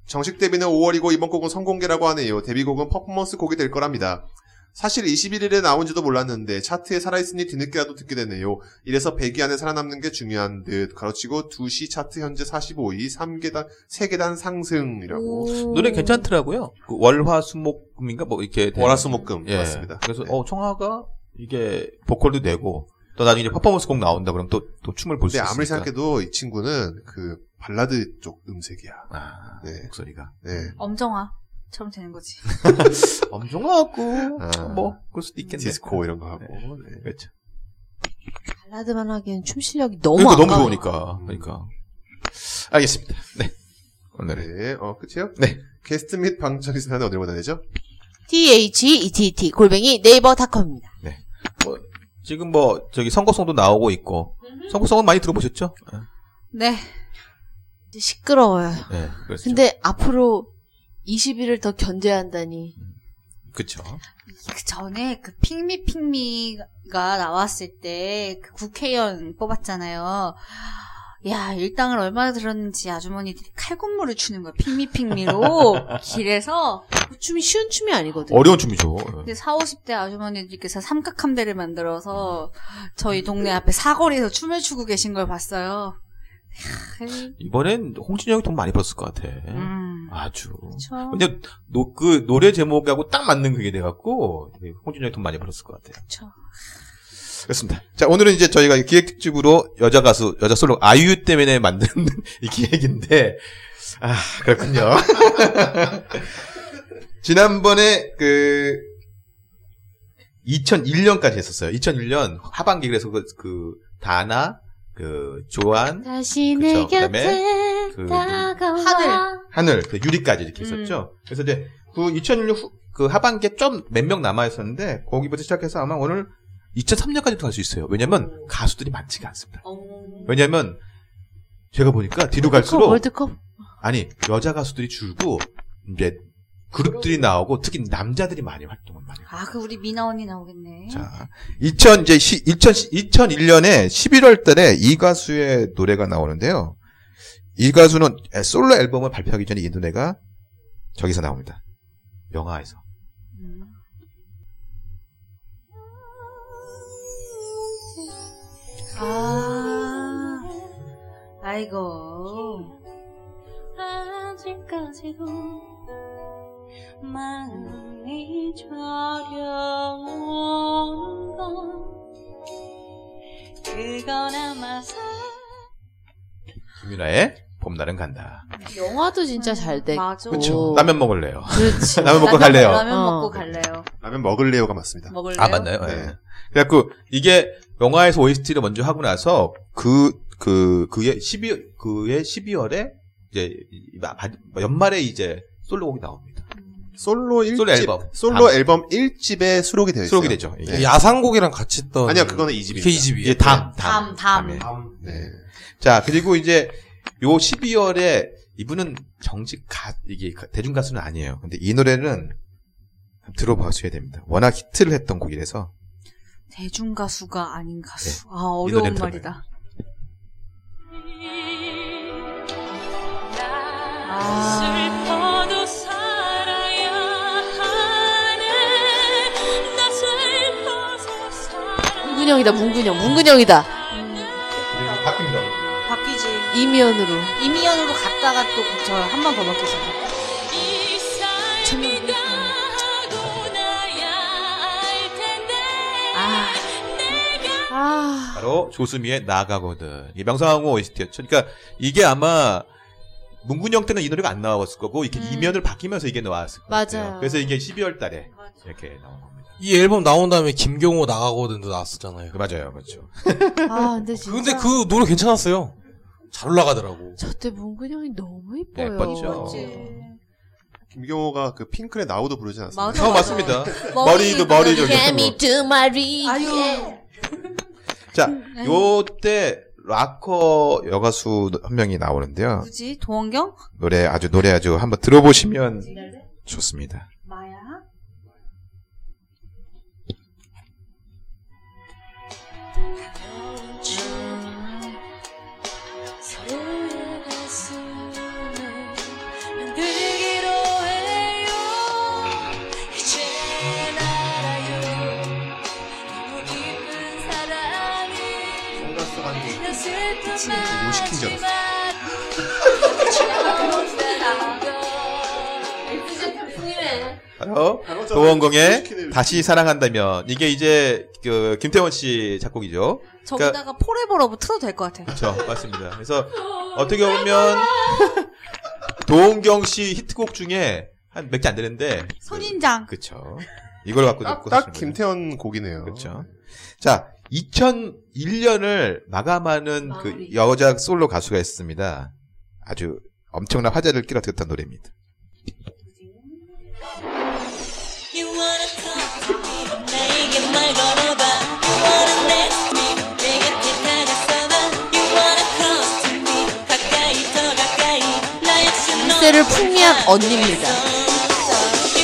정식 데뷔는 5월이고 이번 곡은 선공개라고 하네요. 데뷔곡은 퍼포먼스 곡이 될 거랍니다. 사실 21일에 나온지도 몰랐는데 차트에 살아있으니 뒤늦게라도 듣게 되네요. 이래서 100위 안에 살아남는 게 중요한 듯. 가로치고 2시 차트 현재 45위, 3계단, 3계단 상승이라고. 노래 괜찮더라고요. 그 월화수목금인가 뭐 이렇게 되는- 월화수목금 예. 맞습니다. 그래서 네. 어 청아가 이게 보컬도 되고 또 나중에 이제 퍼포먼스 곡 나온다 그럼 또 또 춤을 볼 수 근데 있으니까. 네, 아무리 생각해도 이 친구는 그 발라드 쪽 음색이야. 아, 네. 목소리가 네. 엄정화처럼 되는 거지. 엄청 나왔고 아. 뭐 그럴 수도 있겠네. 디스코 이런 거 하고. 네. 그렇죠. 발라드만 하기엔 춤 실력이 너무 그러니까 아까워. 너무 좋으니까. 그러니까 알겠습니다. 네 오늘은 네. 어, 끝이요? 네. 게스트 및 방청이 사는 어디로 보내죠? THETT E 골뱅이 네이버닷컴입니다. 지금 뭐 저기 선거송도 나오고 있고 선거송은 많이 들어보셨죠? 네. 이제 시끄러워요. 네. 그렇죠. 근데 앞으로 20일을 더 견뎌야 한다니. 그렇죠. 그 전에 그 핑미 핑미가 나왔을 때 그 국회의원 뽑았잖아요. 야 일당을 얼마나 들었는지 아주머니들이 칼군무를 추는 거야 핑미 핑미로 길에서 그 춤이 쉬운 춤이 아니거든요. 어려운 춤이죠. 예. 근데 4, 50대 아주머니들께서 삼각함대를 만들어서 저희 동네 앞에 사거리에서 춤을 추고 계신 걸 봤어요. 야, 이- 이번엔 홍진영이 돈 많이 벌었을 것 같아. 음, 아주. 그쵸. 근데 노, 그 노래 제목하고 딱 맞는 그게 돼갖고 예, 홍진영이 돈 많이 벌었을 것 같아요. 그쵸. 그렇습니다. 자 오늘은 이제 저희가 기획 특집으로 여자 가수 여자 솔로 아이유 때문에 만든 이 기획인데 아 그렇군요. 지난번에 그 2001년까지 했었어요. 2001년 하반기 그래서 그, 그 다나 그 조한 다시 내 내 그쵸. 곁에 곁에 그 누구- 다가와 하늘. 하늘, 그 유리까지 이렇게 음. 있었죠. 그래서 이제 그 2016, 후- 그 하반기에 좀 몇 명 남아있었는데, 거기부터 시작해서 아마 오늘 2003년까지도 갈 수 있어요. 왜냐면 가수들이 많지가 않습니다. 왜냐면 제가 보니까 뒤로 갈수록, 어. 월드컵? 아니, 여자 가수들이 줄고, 이제 그룹들이 나오고, 특히 남자들이 많이 활동을 많이 해요. 아, 그 우리 미나 언니 나오겠네. 자, 2000, 이제 시, 2000, 2001년에 11월 달에 이 가수의 노래가 나오는데요. 이 가수는 에- 솔로 앨범을 발표하기 전에 이 노래가 저기서 나옵니다. 영화에서. 음. 아, 아이고. 아직까지도 마음이 저려온 건 그건 아마 김윤아의 봄날은 간다. 영화도 음. 진짜 잘 어. 됐고. 맞아. 그쵸. 라면 먹을래요. 그렇지. 라면 먹고 갈래요. 라면 어. 먹고 갈래요. 라면 먹을래요가 맞습니다. 먹을래요. 아, 맞나요? 예. 네. 그래갖고, 이게, 영화에서 OST를 먼저 하고 나서, 그, 그, 그의 12월, 그의 12월에, 이제, 이- 마- 마- 연말에 이제, 솔로곡이 나옵니다. 솔로 1집. 솔로 앨범. 솔로 당. 앨범 1집에 수록이 되어 네, 있어요. 수록이 되죠. 이게. 그 야상곡이랑 같이 했던. 아니요, 그거는 2집입니다. 이게 2집이에요. 이게 담, 담, 담. 담. 담이에요. 네. 자, 그리고 이제, 요 12월에, 이분은 정식 가, 이게, 가- 대중가수는 아니에요. 근데 이 노래는, 들어봐셔야 됩니다. 워낙 히트를 했던 곡이라서, 대중 가수가 아닌 가수. 아, 네, 이 어려운 노래를 말이다. 나 슬퍼도 살아야 하는 나 슬퍼서 살아 문근영이다, 문근영. 문근영이다. 바뀝니다. 바뀌지. 이미연으로. 이미연으로 갔다가 또 저 한 번 더 바뀌었어요. 이 삶이 다 하고 나야 알 텐데 아, 아. 바로 조수미의 나가거든. 이게 명상황후 OST였죠. 그러니까 이게 아마 문근영 때는 이 노래가 안 나왔을 거고 이렇게 음. 이면을 바뀌면서 이게 나왔을 거예요. 맞아요. 그래서 이게 12월 달에 이렇게 나온 겁니다. 이 앨범 나온 다음에 김경호 나가거든도 나왔었잖아요. 그 맞아요, 그렇죠. 아, 근데 진짜. 근데 그 노래 괜찮았어요. 잘 올라가더라고. 저때 문근영이 너무 이뻐요. 예뻤죠. 김경호가 그 핑클의 나우도 부르지 않았어요. 맞아. 어, 맞습니다. 머리, 머리도 머리 저기. Get me to my r 아유. 네. 자, 음. 요때 락커 여가수 한 명이 나오는데요. 그 굳이 도원경? 노래 아주 노래 아주 한번 들어보시면 좋습니다. 마야? 서로의 가슴을 만들기로 해요 이제 알아요 너무 깊은 사랑이 나 슬픈 이거 시킨 줄 알았어. 바로 아, 그 도원공의 다시 사랑한다면 이게 이제 그 김태원 씨 작곡이죠. 저기다가 포레버 러브 틀어도 될 것 같아. 그렇죠 맞습니다 그래서 어떻게 보면 도은경 씨 히트곡 중에 한 몇 개 안 되는데 선인장. 그쵸 이걸 갖고 딱, 듣고 딱 김태현 어, 곡이네요. 그렇죠 자 2001년을 마감하는 그 마무리. 여자 솔로 가수가 있습니다 아주 엄청난 화제를 끌어들였던 노래입니다 You wanna talk to me 나에게 말 걸어봐 You wanna dance with me 내곁에 다가서봐 You wanna close to me 가까이 더 가까이 나 역시 너 세를 풍미한 언니입니다.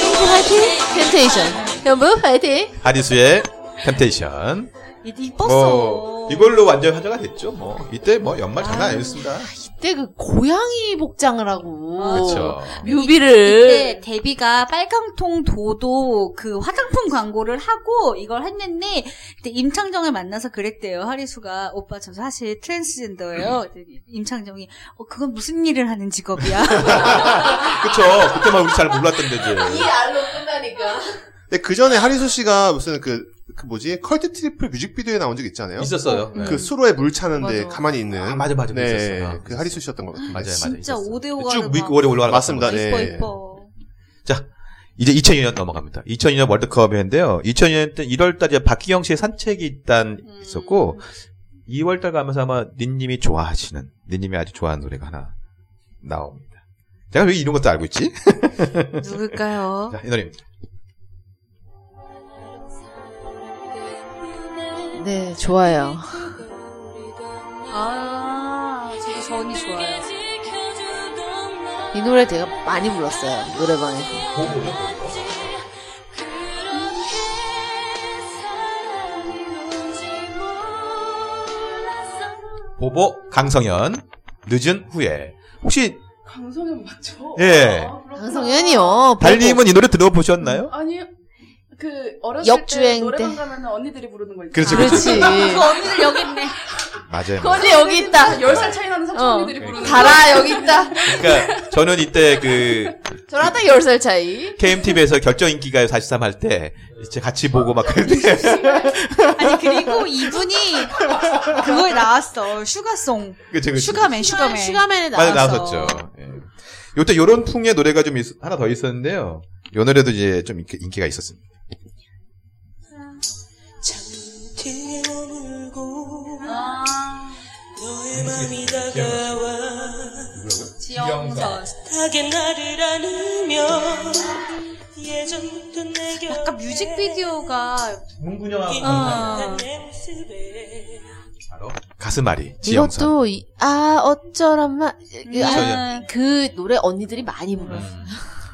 형부 화이팅! 텐테이션. 형부 화이팅! 하리수의 템테이션 이- 이뻤어. 이걸로 완전 화제가 됐죠 뭐 이때 뭐 연말 장난 아니었습니다 이때 그 고양이 복장을 하고. 그렇죠 뮤비를. 이때 데뷔가 빨강통 도도 그 화장품 광고를 하고 이걸 했는데 그때 임창정을 만나서 그랬대요. 하리수가 오빠 저 사실 트랜스젠더예요. 그랬더니 임창정이 어 그건 무슨 일을 하는 직업이야. 그쵸 그때만 뭐 우리 잘 몰랐던 데지 알로 끝나니까. 근데 그 전에 하리수 씨가 무슨 그, 그 뭐지? 컬트 트리플 뮤직비디오에 나온 적 있잖아요. 있었어요 네. 그 수로에 물 차는데 맞아. 가만히 있는. 아, 맞아, 맞아, 네. 있었어요. 그 하리수 씨였던 것 같아요. 네, 맞아요, 맞아요. 진짜 있었어요. 5대 5가 쭉 위월에 올라가는 맞습니다. 거. 이뻐 네. 이뻐. 이제 2002년 넘어갑니다. 2002년 월드컵인데요. 2002년 때 1월달에 박기영 씨의 산책이 일단 있었고 2월달 가면서 아마 니님이 좋아하시는 니님이 아주 좋아하는 노래가 하나 나옵니다. 내가 왜 이런 것도 알고 있지? 누굴까요? 자, 이 노래입니다. 네, 좋아요. 아, 저도 저언니 좋아요. 이 노래 제가 많이 불렀어요. 노래방에서. 음. 보보 강성현 늦은 후에 혹시 강성현 맞죠? 예. 아, 그렇구나. 강성현이요. 달님은 이 노래 들어보셨나요? 아니 그 어렸을 역주행 때 노래방 때. 가면 언니들이 부르는 거 있잖아. 그렇죠, 그렇지. 그 언니들 여기 있네. 맞아요. 그 언니 여기 있다. 10살 차이 나는 삼촌 어. 언니들이 부르는 거. 가라, 여기 있다. 그러니까 저는 이때 그 저랑 딱 10살 차이. KMTV에서 결정 인기가요 43 할 때 이제 같이 보고 막 그랬는데 아니 그리고 이분이 그거에 나왔어. 슈가송. 그쵸, 그쵸. 슈가맨, 슈가맨. 슈가맨에 맞아 나왔어. 나왔었죠. 예. 요때 요런 풍의 노래가 좀 있- 하나 더 있었는데요. 요 노래도 이제 좀 인기, 인기가 있었습니다. 아, 지영선. 약간 뮤직비디오가 어. 가슴앓이 지영선. 이것도, 이- 아, 어쩌란 말. 그, 아, 저요. 그 노래 언니들이 많이 불렀어. 음.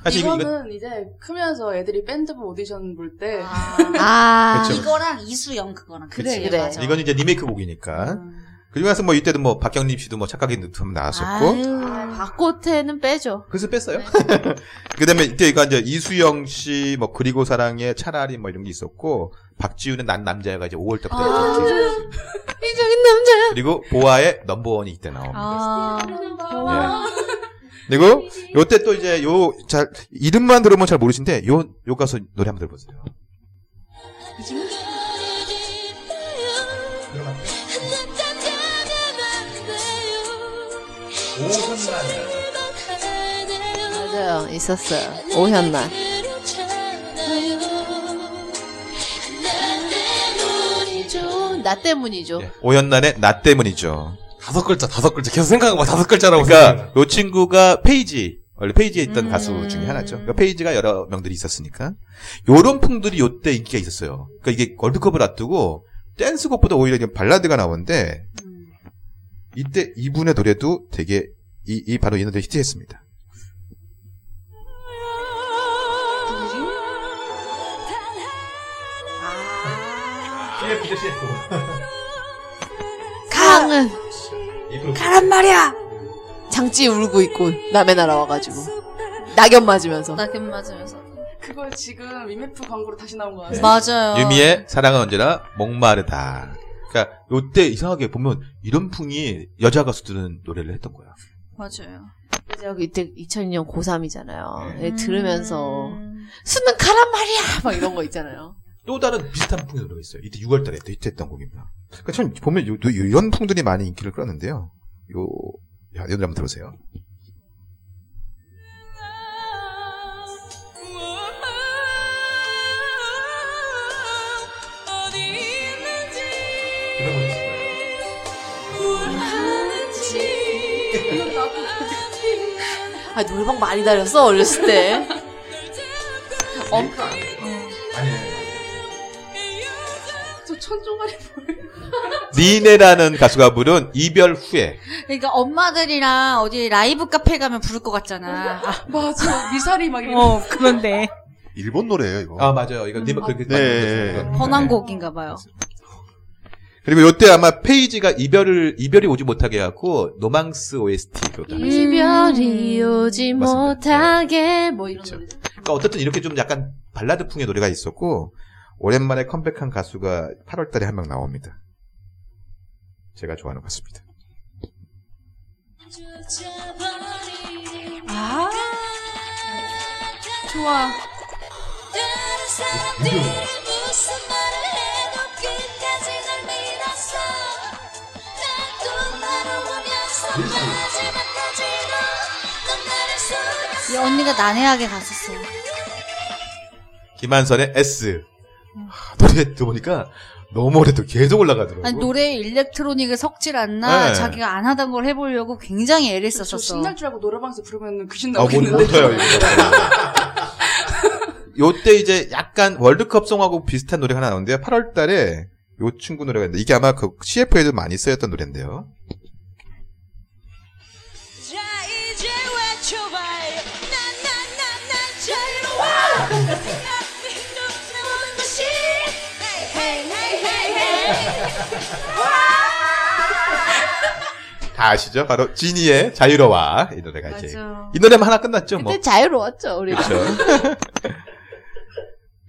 사실 이거- 이거 이거는 이제 크면서 애들이 밴드부 오디션 볼 때 아, 그쵸. 이거랑 이수영 아. 그거랑 그치. 네. 그래 그래. 맞아. 이건 이제 리메이크 네. 곡이니까. 그리고 나서 뭐 이때도 뭐 박경림 씨도 뭐 착각의 눈썹 나왔었고. 아유, 박고태는 빼죠. 그래서 뺐어요. 그다음에 이때 이거 이제 이수영 씨 뭐 그리고 사랑의 차라리 뭐 이런 게 있었고 박지윤의 난 남자애가 이제 5월 때부터 아. 아. 있었지. 이적인 남자야. 그리고 보아의 넘버원이 이때 나옵니다. 아, 예. 그리고 요때 또 이제 요 잘 이름만 들으면 잘 모르신데 요 요 가수 노래 한번 들어보세요. 맞아요. 있었어요. 오현나. 나 때문이죠. 예. 오연날의 나 때문이죠. 다섯 글자, 다섯 글자. 계속 생각해봐. 다섯 글자라고 그러니까 요 친구가 페이지 원래 페이지에 있던 음. 가수 중에 하나죠. 그러니까 페이지가 여러 명들이 있었으니까 요런 풍들이 요때 인기가 있었어요. 그러니까 이게 월드컵을 앞두고 댄스곡보다 오히려 이게 발라드가 나오는데 음. 이때 이분의 노래도 되게 이, 이 바로 이 노래 히트했습니다. 아. 강은 가란 말이야. 장찌 울고 있고 남의 나라 와가지고 낙엽 맞으면서 나금 맞으면서. 그거 지금 위메프 광고로 다시 나온 거 네. 같아요. 맞아요. 유미의 사랑은 언제나 목마르다. 그러니까 요때 이상하게 보면 이런 풍이 여자 가수들은 노래를 했던 거야. 맞아요. 제가 이때 2002년 고3이잖아요. 예, 네. 들으면서 음. 수능 가란 말이야 막 이런 거 있잖아요. 또 다른 비슷한 풍의 노래가 있어요. 이때 6월달에 또 히트했던 곡입니다. 그러니까 참 보면 요, 요- 이런 풍들이 많이 인기를 끌었는데요. 요, 야, 이 노래 한번 들어보세요. 아 노래방 많이 다녔어 어렸을 때. 뭐. 저 천종아리 니네라는 가수가 부른 이별 후에. 그러니까 엄마들이랑 어디 라이브 카페 가면 부를 것 같잖아. 아, 맞아 미사리 막 이런 어, 그런데 일본 노래예요 이거. 아, 맞아요. 이거 니마 그렇게 네. 번안곡인가 봐요. 그리고 요때 아마 페이지가 이별을, 이별이 오지 못하게 해갖고, 노망스 OST로. 이별이 오지 맞습니다. 못하게 뭐 이런 그렇죠. 노래. 그러니까 어쨌든 이렇게 좀 약간 발라드풍의 노래가 있었고 오랜만에 컴백한 가수가 8월달에 한 명 나옵니다. 제가 좋아하는 가수입니다. 아, 좋아. 다른 사람들이 무슨 말을 해도 끝까지 널 믿었어 난또 바라보면서 마지막까지 넌넌 나를 속였어 이 언니가 난해하게 갔었어. 김한선의 S 음. 하, 노래 들어보니까 너무 오래도 계속 올라가더라고. 아니 노래에 일렉트로닉을 섞질 않나 네. 자기가 안 하던 걸 해보려고 굉장히 애를 저 썼었어. 신날 줄 알고 노래방에서 부르면 귀신 아, 못, 나오겠는데 못해요 이거. 요때 이제 약간 월드컵송하고 비슷한 노래가 하나 나오는데요. 8월달에 요 친구 노래가 있는데 이게 아마 그 CF에도 많이 쓰였던 노래인데요. 자 이제 외쳐봐요 나나나나 절로 와 생각도 나오는 것이 헤이 헤이 헤이 헤이 다 아시죠? 바로 지니의 자유로와 이 노래가 이제 맞아. 이 노래만 하나 끝났죠. 뭐 그렇죠. 그때 자유로웠죠 우리. 그렇죠.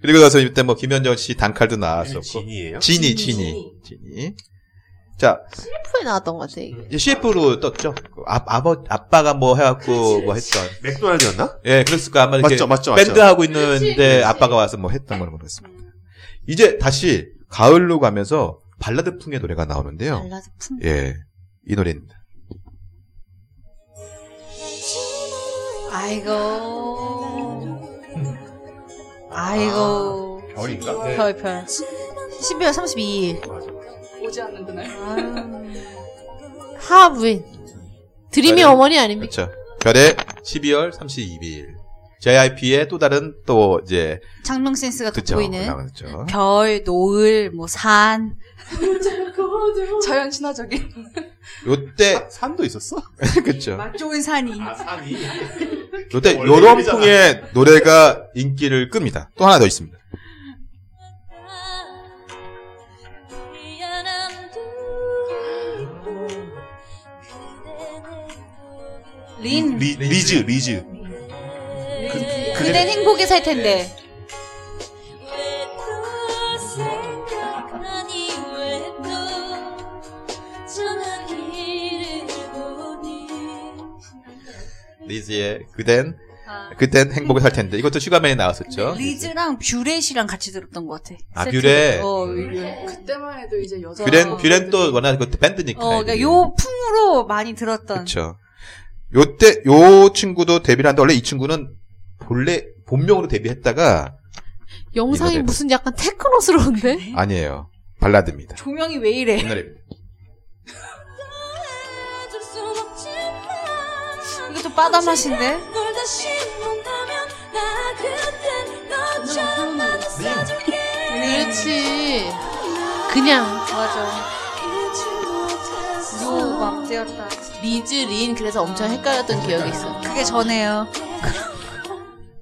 그리고 나서 이때 뭐 김현정 씨 단칼도 나왔었고. 진이에요? 진이, 진이. 진이. 자, CF에 나왔던 것 같아, 이게. 이제 CF로 떴죠. 그 아, 아버, 아빠가 뭐 해갖고 뭐 했던. 맥도날드였나? 예, 그랬을 까 아마 이렇게 맞죠, 맞죠, 맞죠. 밴드 하고 있는데 아빠가 와서 뭐 했던 걸로 모르겠습니다. 이제 다시 가을로 가면서 발라드풍의 노래가 나오는데요. 발라드 품. 예, 이 노래입니다. 아이고. 아이고. 별인가? 네. 별별. 12월 32일. 오지 않는 그날. 하부인. 드림이 저는- 어머니 아닙니까? 그렇죠. 별의 12월 32일. JYP의 또 다른 또 이제 장롱 아, 센스가 그쵸 돋보이는 나왔죠. 별, 노을, 뭐 산. 자연 친화적인. 요때 산도 있었어? 그렇죠. 맛 좋은 산이. 산이. 요때 원래 요런 이름이잖아. 풍의 노래가 인기를 끕니다. 또 하나 더 있습니다. 린. 리, 리즈, 리즈. 네. 그댄 행복에 살 텐데. 왜또 생각나니 왜또 전화기를 보니 리즈의 그댄 그땐 행복을 살 텐데 이것도 슈가맨에 나왔었죠. 아. 리즈랑 뷰렛이랑 같이 들었던 것 같아. 아, 세트로. 뷰렛. 어, 그때만 해도 이제 여자. 뷰렌 뷰렌 또 워낙 그 밴드니까. 어, 그러니까 요 풍으로 많이 들었던. 그렇죠. 요때 요 친구도 데뷔를 하는데 원래 이 친구는 본래 본명으로 데뷔했다가 영상이 네. 이거대로. 무슨 약간 테크노스러운데? 음. 네? 아니에요. 발라드입니다. 조명이 왜 이래? 옛날에 어쩔 수 없지만 이거 좀 빠다 맛인데? 널 다시 본다면 나 그땐 너처럼 네. 안아줄게 네. 그렇지. 그냥. 네. 맞아. 요 막대였다. 리즈, 린, 그래서 엄청 헷갈렸던 기억이 있어. 그게 전에요.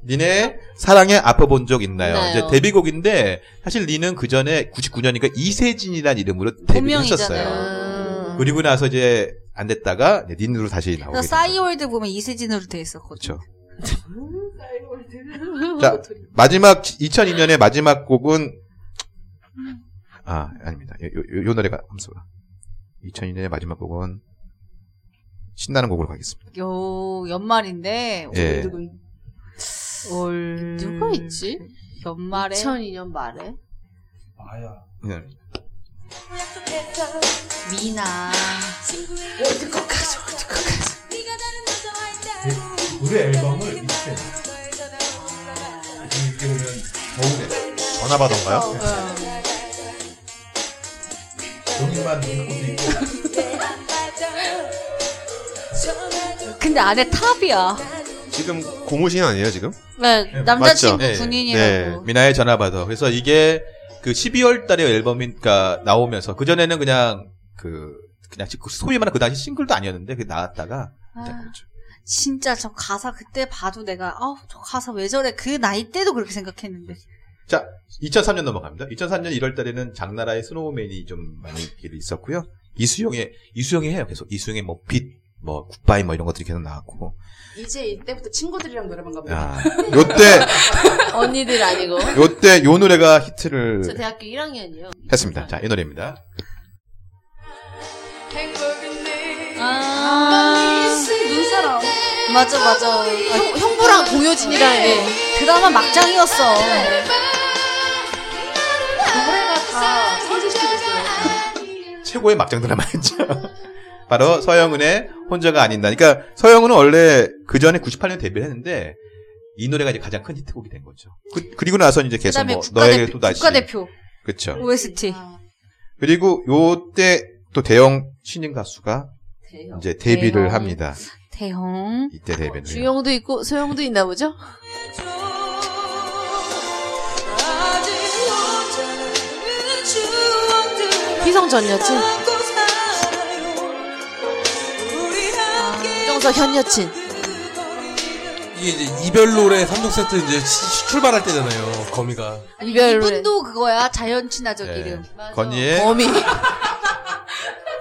니네 사랑에 아파본 적 있나요? 있나요? 이제 데뷔곡인데 사실 니는 그 전에 99년이니까 이세진이란 이름으로 데뷔를 했었어요. 본명이잖아요. 음. 그리고 나서 이제 안 됐다가 이제 닌으로 다시 아, 그래서 나오게 된 거죠. 싸이월드 보면 이세진으로 돼 있었거든. 그렇죠. 자 마지막 2002년의 마지막 곡은 아 아닙니다. 요, 요, 요 노래가 함수가 2002년의 마지막 곡은 신나는 곡으로 가겠습니다. 요 연말인데 어, 예. 네. 올 누가 있지? 연말에 2002년 말에? 네. 그 미나 우리 앨범을 이렇게 전화받은가요? 근데 안에 탑이야. 지금 고무신 아니에요, 지금? 네, 남자친구 맞죠? 네. 군인이라고. 미나의 전화 받아. 그래서 이게 그 12월 달에 앨범이니까 나오면서 그 전에는 그냥 그 그냥 그 소위 말하는 그 당시 싱글도 아니었는데 그게 나왔다가 아. 일단 그렇죠. 진짜 저 가사 그때 봐도 내가 아우 저 가사 왜 저래 그 나이 때도 그렇게 생각했는데 자 2003년 넘어갑니다. 2003년 1월 달에는 장나라의 스노우맨이 좀 많이 인기를 있었고요. 이수영의 이수영이 해요. 계속 이수영의 뭐빛 뭐 굿바이 뭐 이런 것들이 계속 나왔고 이제 이때부터 친구들이랑 노래방 가면 예. 야, 요때 언니들 아니고. 요때 요 노래가 저 히트를 대학교 1학년이요. 했습니다. 자, 이 노래입니다. 아 눈사람. 맞아 맞아 아, 형, 형부랑 공효진이랑 애. 드라마 막장이었어 노래가 다 성지시켜줬어요. 최고의 막장 드라마였죠. 바로 서영은의 혼자가 아닌다. 그러니까 서영은은 원래 그 전에 98년 데뷔를 했는데 이 노래가 이제 가장 큰 히트곡이 된 거죠. 그, 리고 나서 이제 계속 그다음에 뭐 너에게 국가대표, 또 다시 국가대표 그렇죠. OST 아. 그리고 요때 또 대형 신인 가수가 대형. 이제 데뷔를 대형. 어, 합니다. 대형 이때 데뷔를. 해요. 주영도 있고 소영도 있나 보죠? 희성 전 여친 정서 현 여친. 이게 이제 이별 노래 3종 세트 이제 시- 출발할 때잖아요. 거미가. 이별로. 이분도 그거야 자연 친화적 네. 이름 어, 건이의 범이.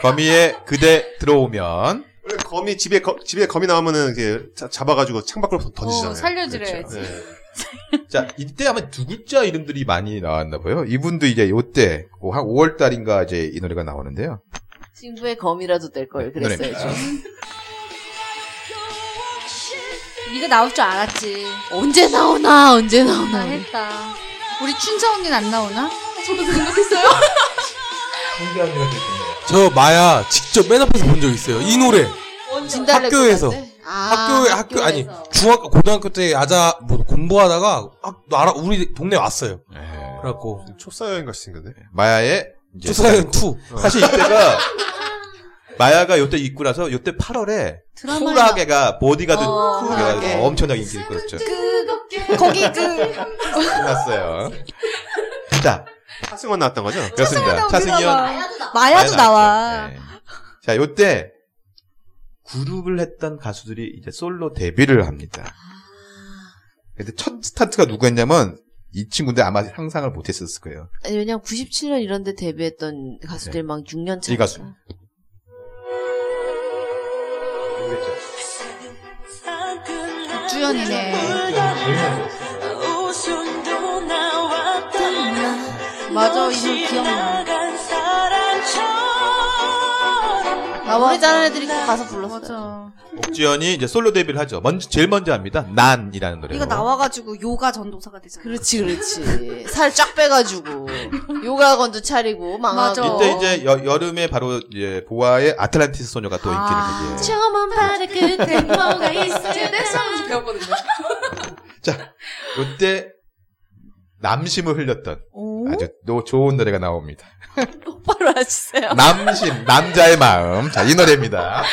거미의 그대 들어오면 원래 거미, 집에, 거, 집에 거미 나오면은 이렇게 자- 잡아가지고 창밖으로 어, 그렇죠. 던지잖아요. 살려드려야지 네. 자, 이때 아마 두 글자 이름들이 많이 나왔나 봐요. 이분도 이제 요때, 뭐한 5월 달인가 이제 이 노래가 나오는데요. 친구의 검이라도 될 걸 그랬어야죠. 예. 이거 나올 줄 알았지. 언제 나오나 언제 나 나오나. 했다. 우리 춘자 언니는 안 나오나? 저 마야 직접 맨 앞에서 본 적 있어요. 이 노래. 진달래 학교에서. 꽃 같아? 학교에 학교 아니 학교에서. 중학교 고등학교 때 야자 뭐 공부하다가 학, 나라 우리 동네 왔어요. 그래갖고 촉사 여행 같이 생겼네. 예. 마야의 이제 조사연 2 사실 이때가 마야가 요때 입고 나서 요때 8월에 드라마에 쿨하게가 보디가드 어, 쿨하게 쿨하게. 엄청나게 인기를 끌었죠. 그 거기 그 끝났어요. 자, 사승원 나왔던 거죠? 그렇습니다. 차승희 형. 마야도 나와. 네. 자, 요때 그룹을 했던 가수들이 이제 솔로 데뷔를 합니다. 아. 근데 첫 스타트가 누구였냐면 이 친구인데 아마 상상을 못했었을 거예요. 아니 왜냐면 97년 이런데 데뷔했던 가수들 막 6년 차. 이 가수. 주연이네. 맞아 이 노래 기억나 아, 나 노래 잘하는 애들이 가서 불렀어요. 맞아. 옥지연이 이제 솔로 데뷔를 하죠. 먼저 제일 먼저 합니다. 난이라는 노래. 이거 나와가지고 요가 전도사가 되잖아. 그렇지 그렇지. 살 쫙 빼가지고 요가건도 차리고 맞아. 망하고. 이때 이제 여, 여름에 바로 이제 보아의 아틀란티스 소녀가 또 인기를 아. 아~ 게 처음 바로 끝에 뭐가 있을 댄스하면서 배웠거든요. 자, 이때 남심을 흘렸던 오? 아주 노, 좋은 노래가 나옵니다. 바로 하시세요. 남심 남자의 마음. 자, 이 노래입니다.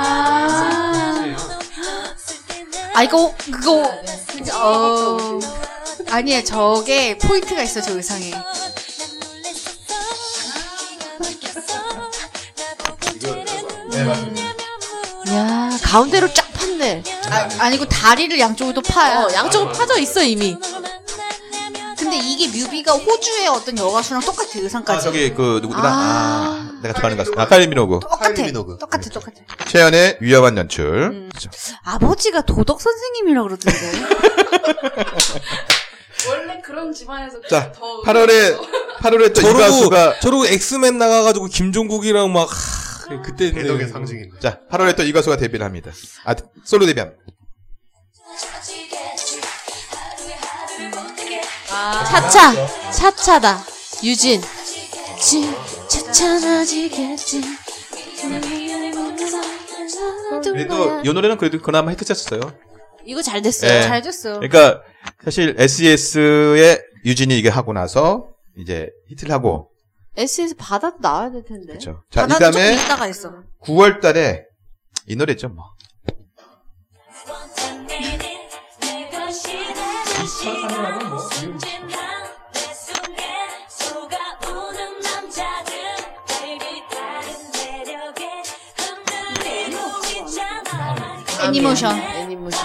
아. 아 이거 그거 어 아니에요 저게 포인트가 있어 저 의상에 아. 야 가운데로 쫙 팠네. 아, 아니고 다리를 양쪽으로 파요 어 양쪽으로 파져 있어 이미. 근데 이게 뮤비가 호주의 어떤 여가수랑 똑같아 아, 의상까지 저기 그 누구더라? 아. 아, 내가 좋아하는 가수. 아, 카일리 미노그. 똑같아 카일리 미노그. 똑같아 똑같아 최연의 위험한 연출. 음. 아버지가 도덕 선생님이라 그러던데 원래 그런 집안에서 자, 음. 더 8월에 8월에 또이 가수가 저러고 저러고 엑스맨 나가가지고 김종국이랑 막 하, 그때 대덕의 상징인데. 자, 8월에 또 이 가수가 데뷔를 합니다. 아, 솔로 데뷔합니다. 아, 차차 차차다 유진 지 차차나지겠지 그래도 이 노래는 그래도 그나마 히트쳤어요. 이거 잘 됐어요 예. 잘 됐어 그러니까 사실 SES의 유진이 이게 하고 나서 이제 히트를 하고 SS 바다도 나와야 될 텐데 그렇죠. 자, 바다는 그다음에 조금 이따가 있어 9월 달에 이 노래죠, 뭐. 애니모션 애니모션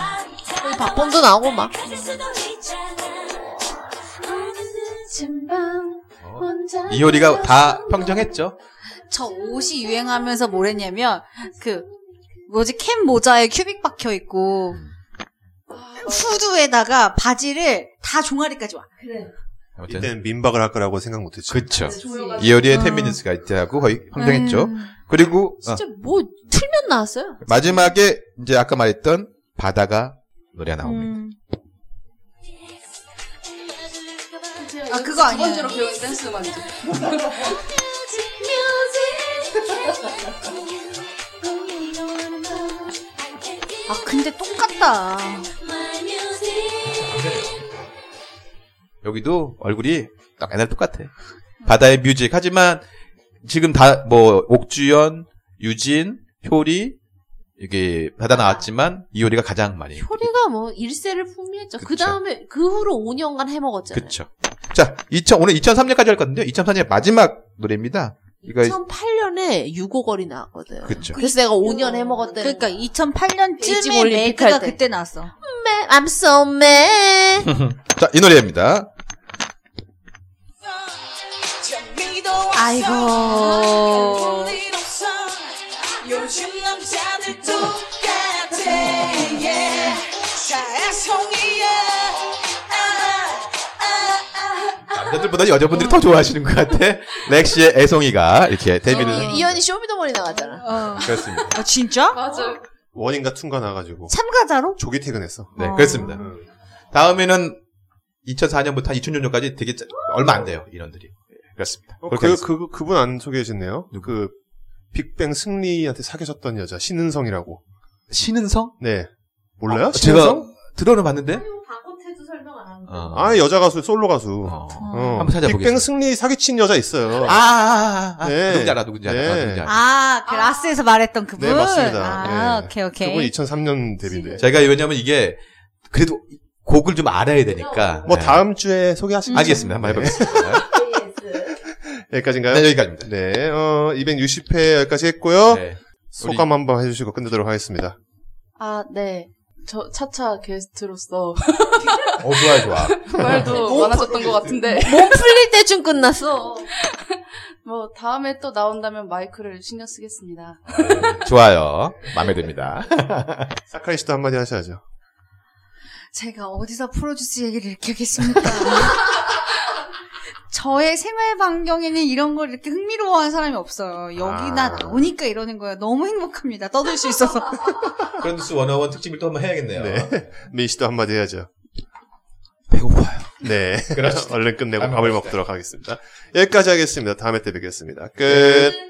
거기 박범도 나오고 막 이효리가 다 평정했죠. 저 옷이 유행하면서 뭘 했냐면 그 뭐지 캡 모자에 큐빅 박혀 있고 후드에다가 바지를 다 종아리까지 와. 아무튼 이때는 민박을 할 거라고 생각 못했죠. 그쵸. 이효리의 텐미니스가 이때하고 거의 평정했죠. 음. 그리고 어, 음. 진짜 뭐 틀면 나왔어요 마지막에 이제 아까 말했던 바다가 음. 노래가 음. 나옵니다. 아 그거 두 아니야. 번째로 배운 댄스 음악이죠. 아 근데 똑같다. 여기도 얼굴이 딱 옛날 똑같아. 바다의 뮤직. 하지만 지금 다 뭐 옥주연, 유진, 효리 이게 바다 나왔지만 이효리가 가장 많이. 효리가 뭐 일세를 풍미했죠 그쵸. 그 다음에 그 후로 5년간 해먹었잖아요 그쵸. 자, 2000 오늘 2003년까지 할 건데요. 2003년 마지막 노래입니다. 이거 2008년에 유고걸이 나왔거든 그쵸. 그래서 내가 5년 해먹었대 그러니까 베이징 2008년쯤에 올림픽 메이크가 할 때. 그때 나왔어. I'm so mad 자, 이 노래입니다. 아이고. 어. 요즘 남자들 똑같아 남들보다 여자분들이 더 좋아하시는 것 같아. 렉시의 애송이가 이렇게 데뷔를. 이, 이현이 쇼미더머니 나갔잖아. 어. 그렇습니다. 아, 진짜? 맞아. 원인가 툰가 나가지고 참가자로? 조기 퇴근했어. 네, 어. 그렇습니다. 다음에는 2004년부터 2006년까지 되게 짜- 얼마 안 돼요, 인원들이. 예, 그렇습니다. 어, 그렇게 그, 됐습니다. 그, 그분 안 소개해주셨네요. 누구? 그, 빅뱅 승리한테 사귀셨던 여자, 신은성이라고. 신은성? 네. 몰라요? 아, 제가 신은성? 들어는 봤는데? 박호태도 설명 안 하는데. 어. 아, 여자 가수, 솔로 가수. 어. 어. 한번 찾아보겠습니다. 빅뱅 승리 사기친 여자 있어요. 아, 아, 아, 아. 네. 누군지 알아, 누군지 알아. 네. 아, 누군지 알아. 아, 그 라스에서 말했던 그분? 네, 맞습니다. 아, 예. 오케이, 네. 오케이. 그분 2003년 아. 데뷔인데. 제가 왜냐면 이게, 그래도 곡을 좀 알아야 되니까. 어. 뭐, 네. 다음 주에 소개하시죠. 알겠습니다. 한번 해보겠습니다. 여기까지인가요? 네, 여기까지입니다. 네, 어, 260회 여기까지 했고요. 네. 소감 한번 해주시고 끝내도록 하겠습니다. 아, 네. 저 차차 게스트로서 뭐? 어, 좋아, 좋아. 말도 많아졌던 것 같은데 몸 풀릴 때쯤 끝났어. 뭐 다음에 또 나온다면 마이크를 신경 쓰겠습니다. 좋아요. 마음에 듭니다. 사카이 씨도 한마디 하셔야죠. 제가 어디서 프로듀스 얘기를 이렇게 하겠습니까? 저의 생활 반경에는 이런 걸 이렇게 흥미로워하는 사람이 없어요. 여기나 아. 나오니까 이러는 거예요. 너무 행복합니다. 떠들 수 있어서. 프렌드스 101 특집을 또 한번 해야겠네요. 네. 민 씨도 한마디 해야죠. 배고파요. 네. 그러시죠. 얼른 끝내고 안 밥을 먹읍시다. 네. 먹도록 하겠습니다. 여기까지 하겠습니다. 다음에 때 뵙겠습니다. 끝.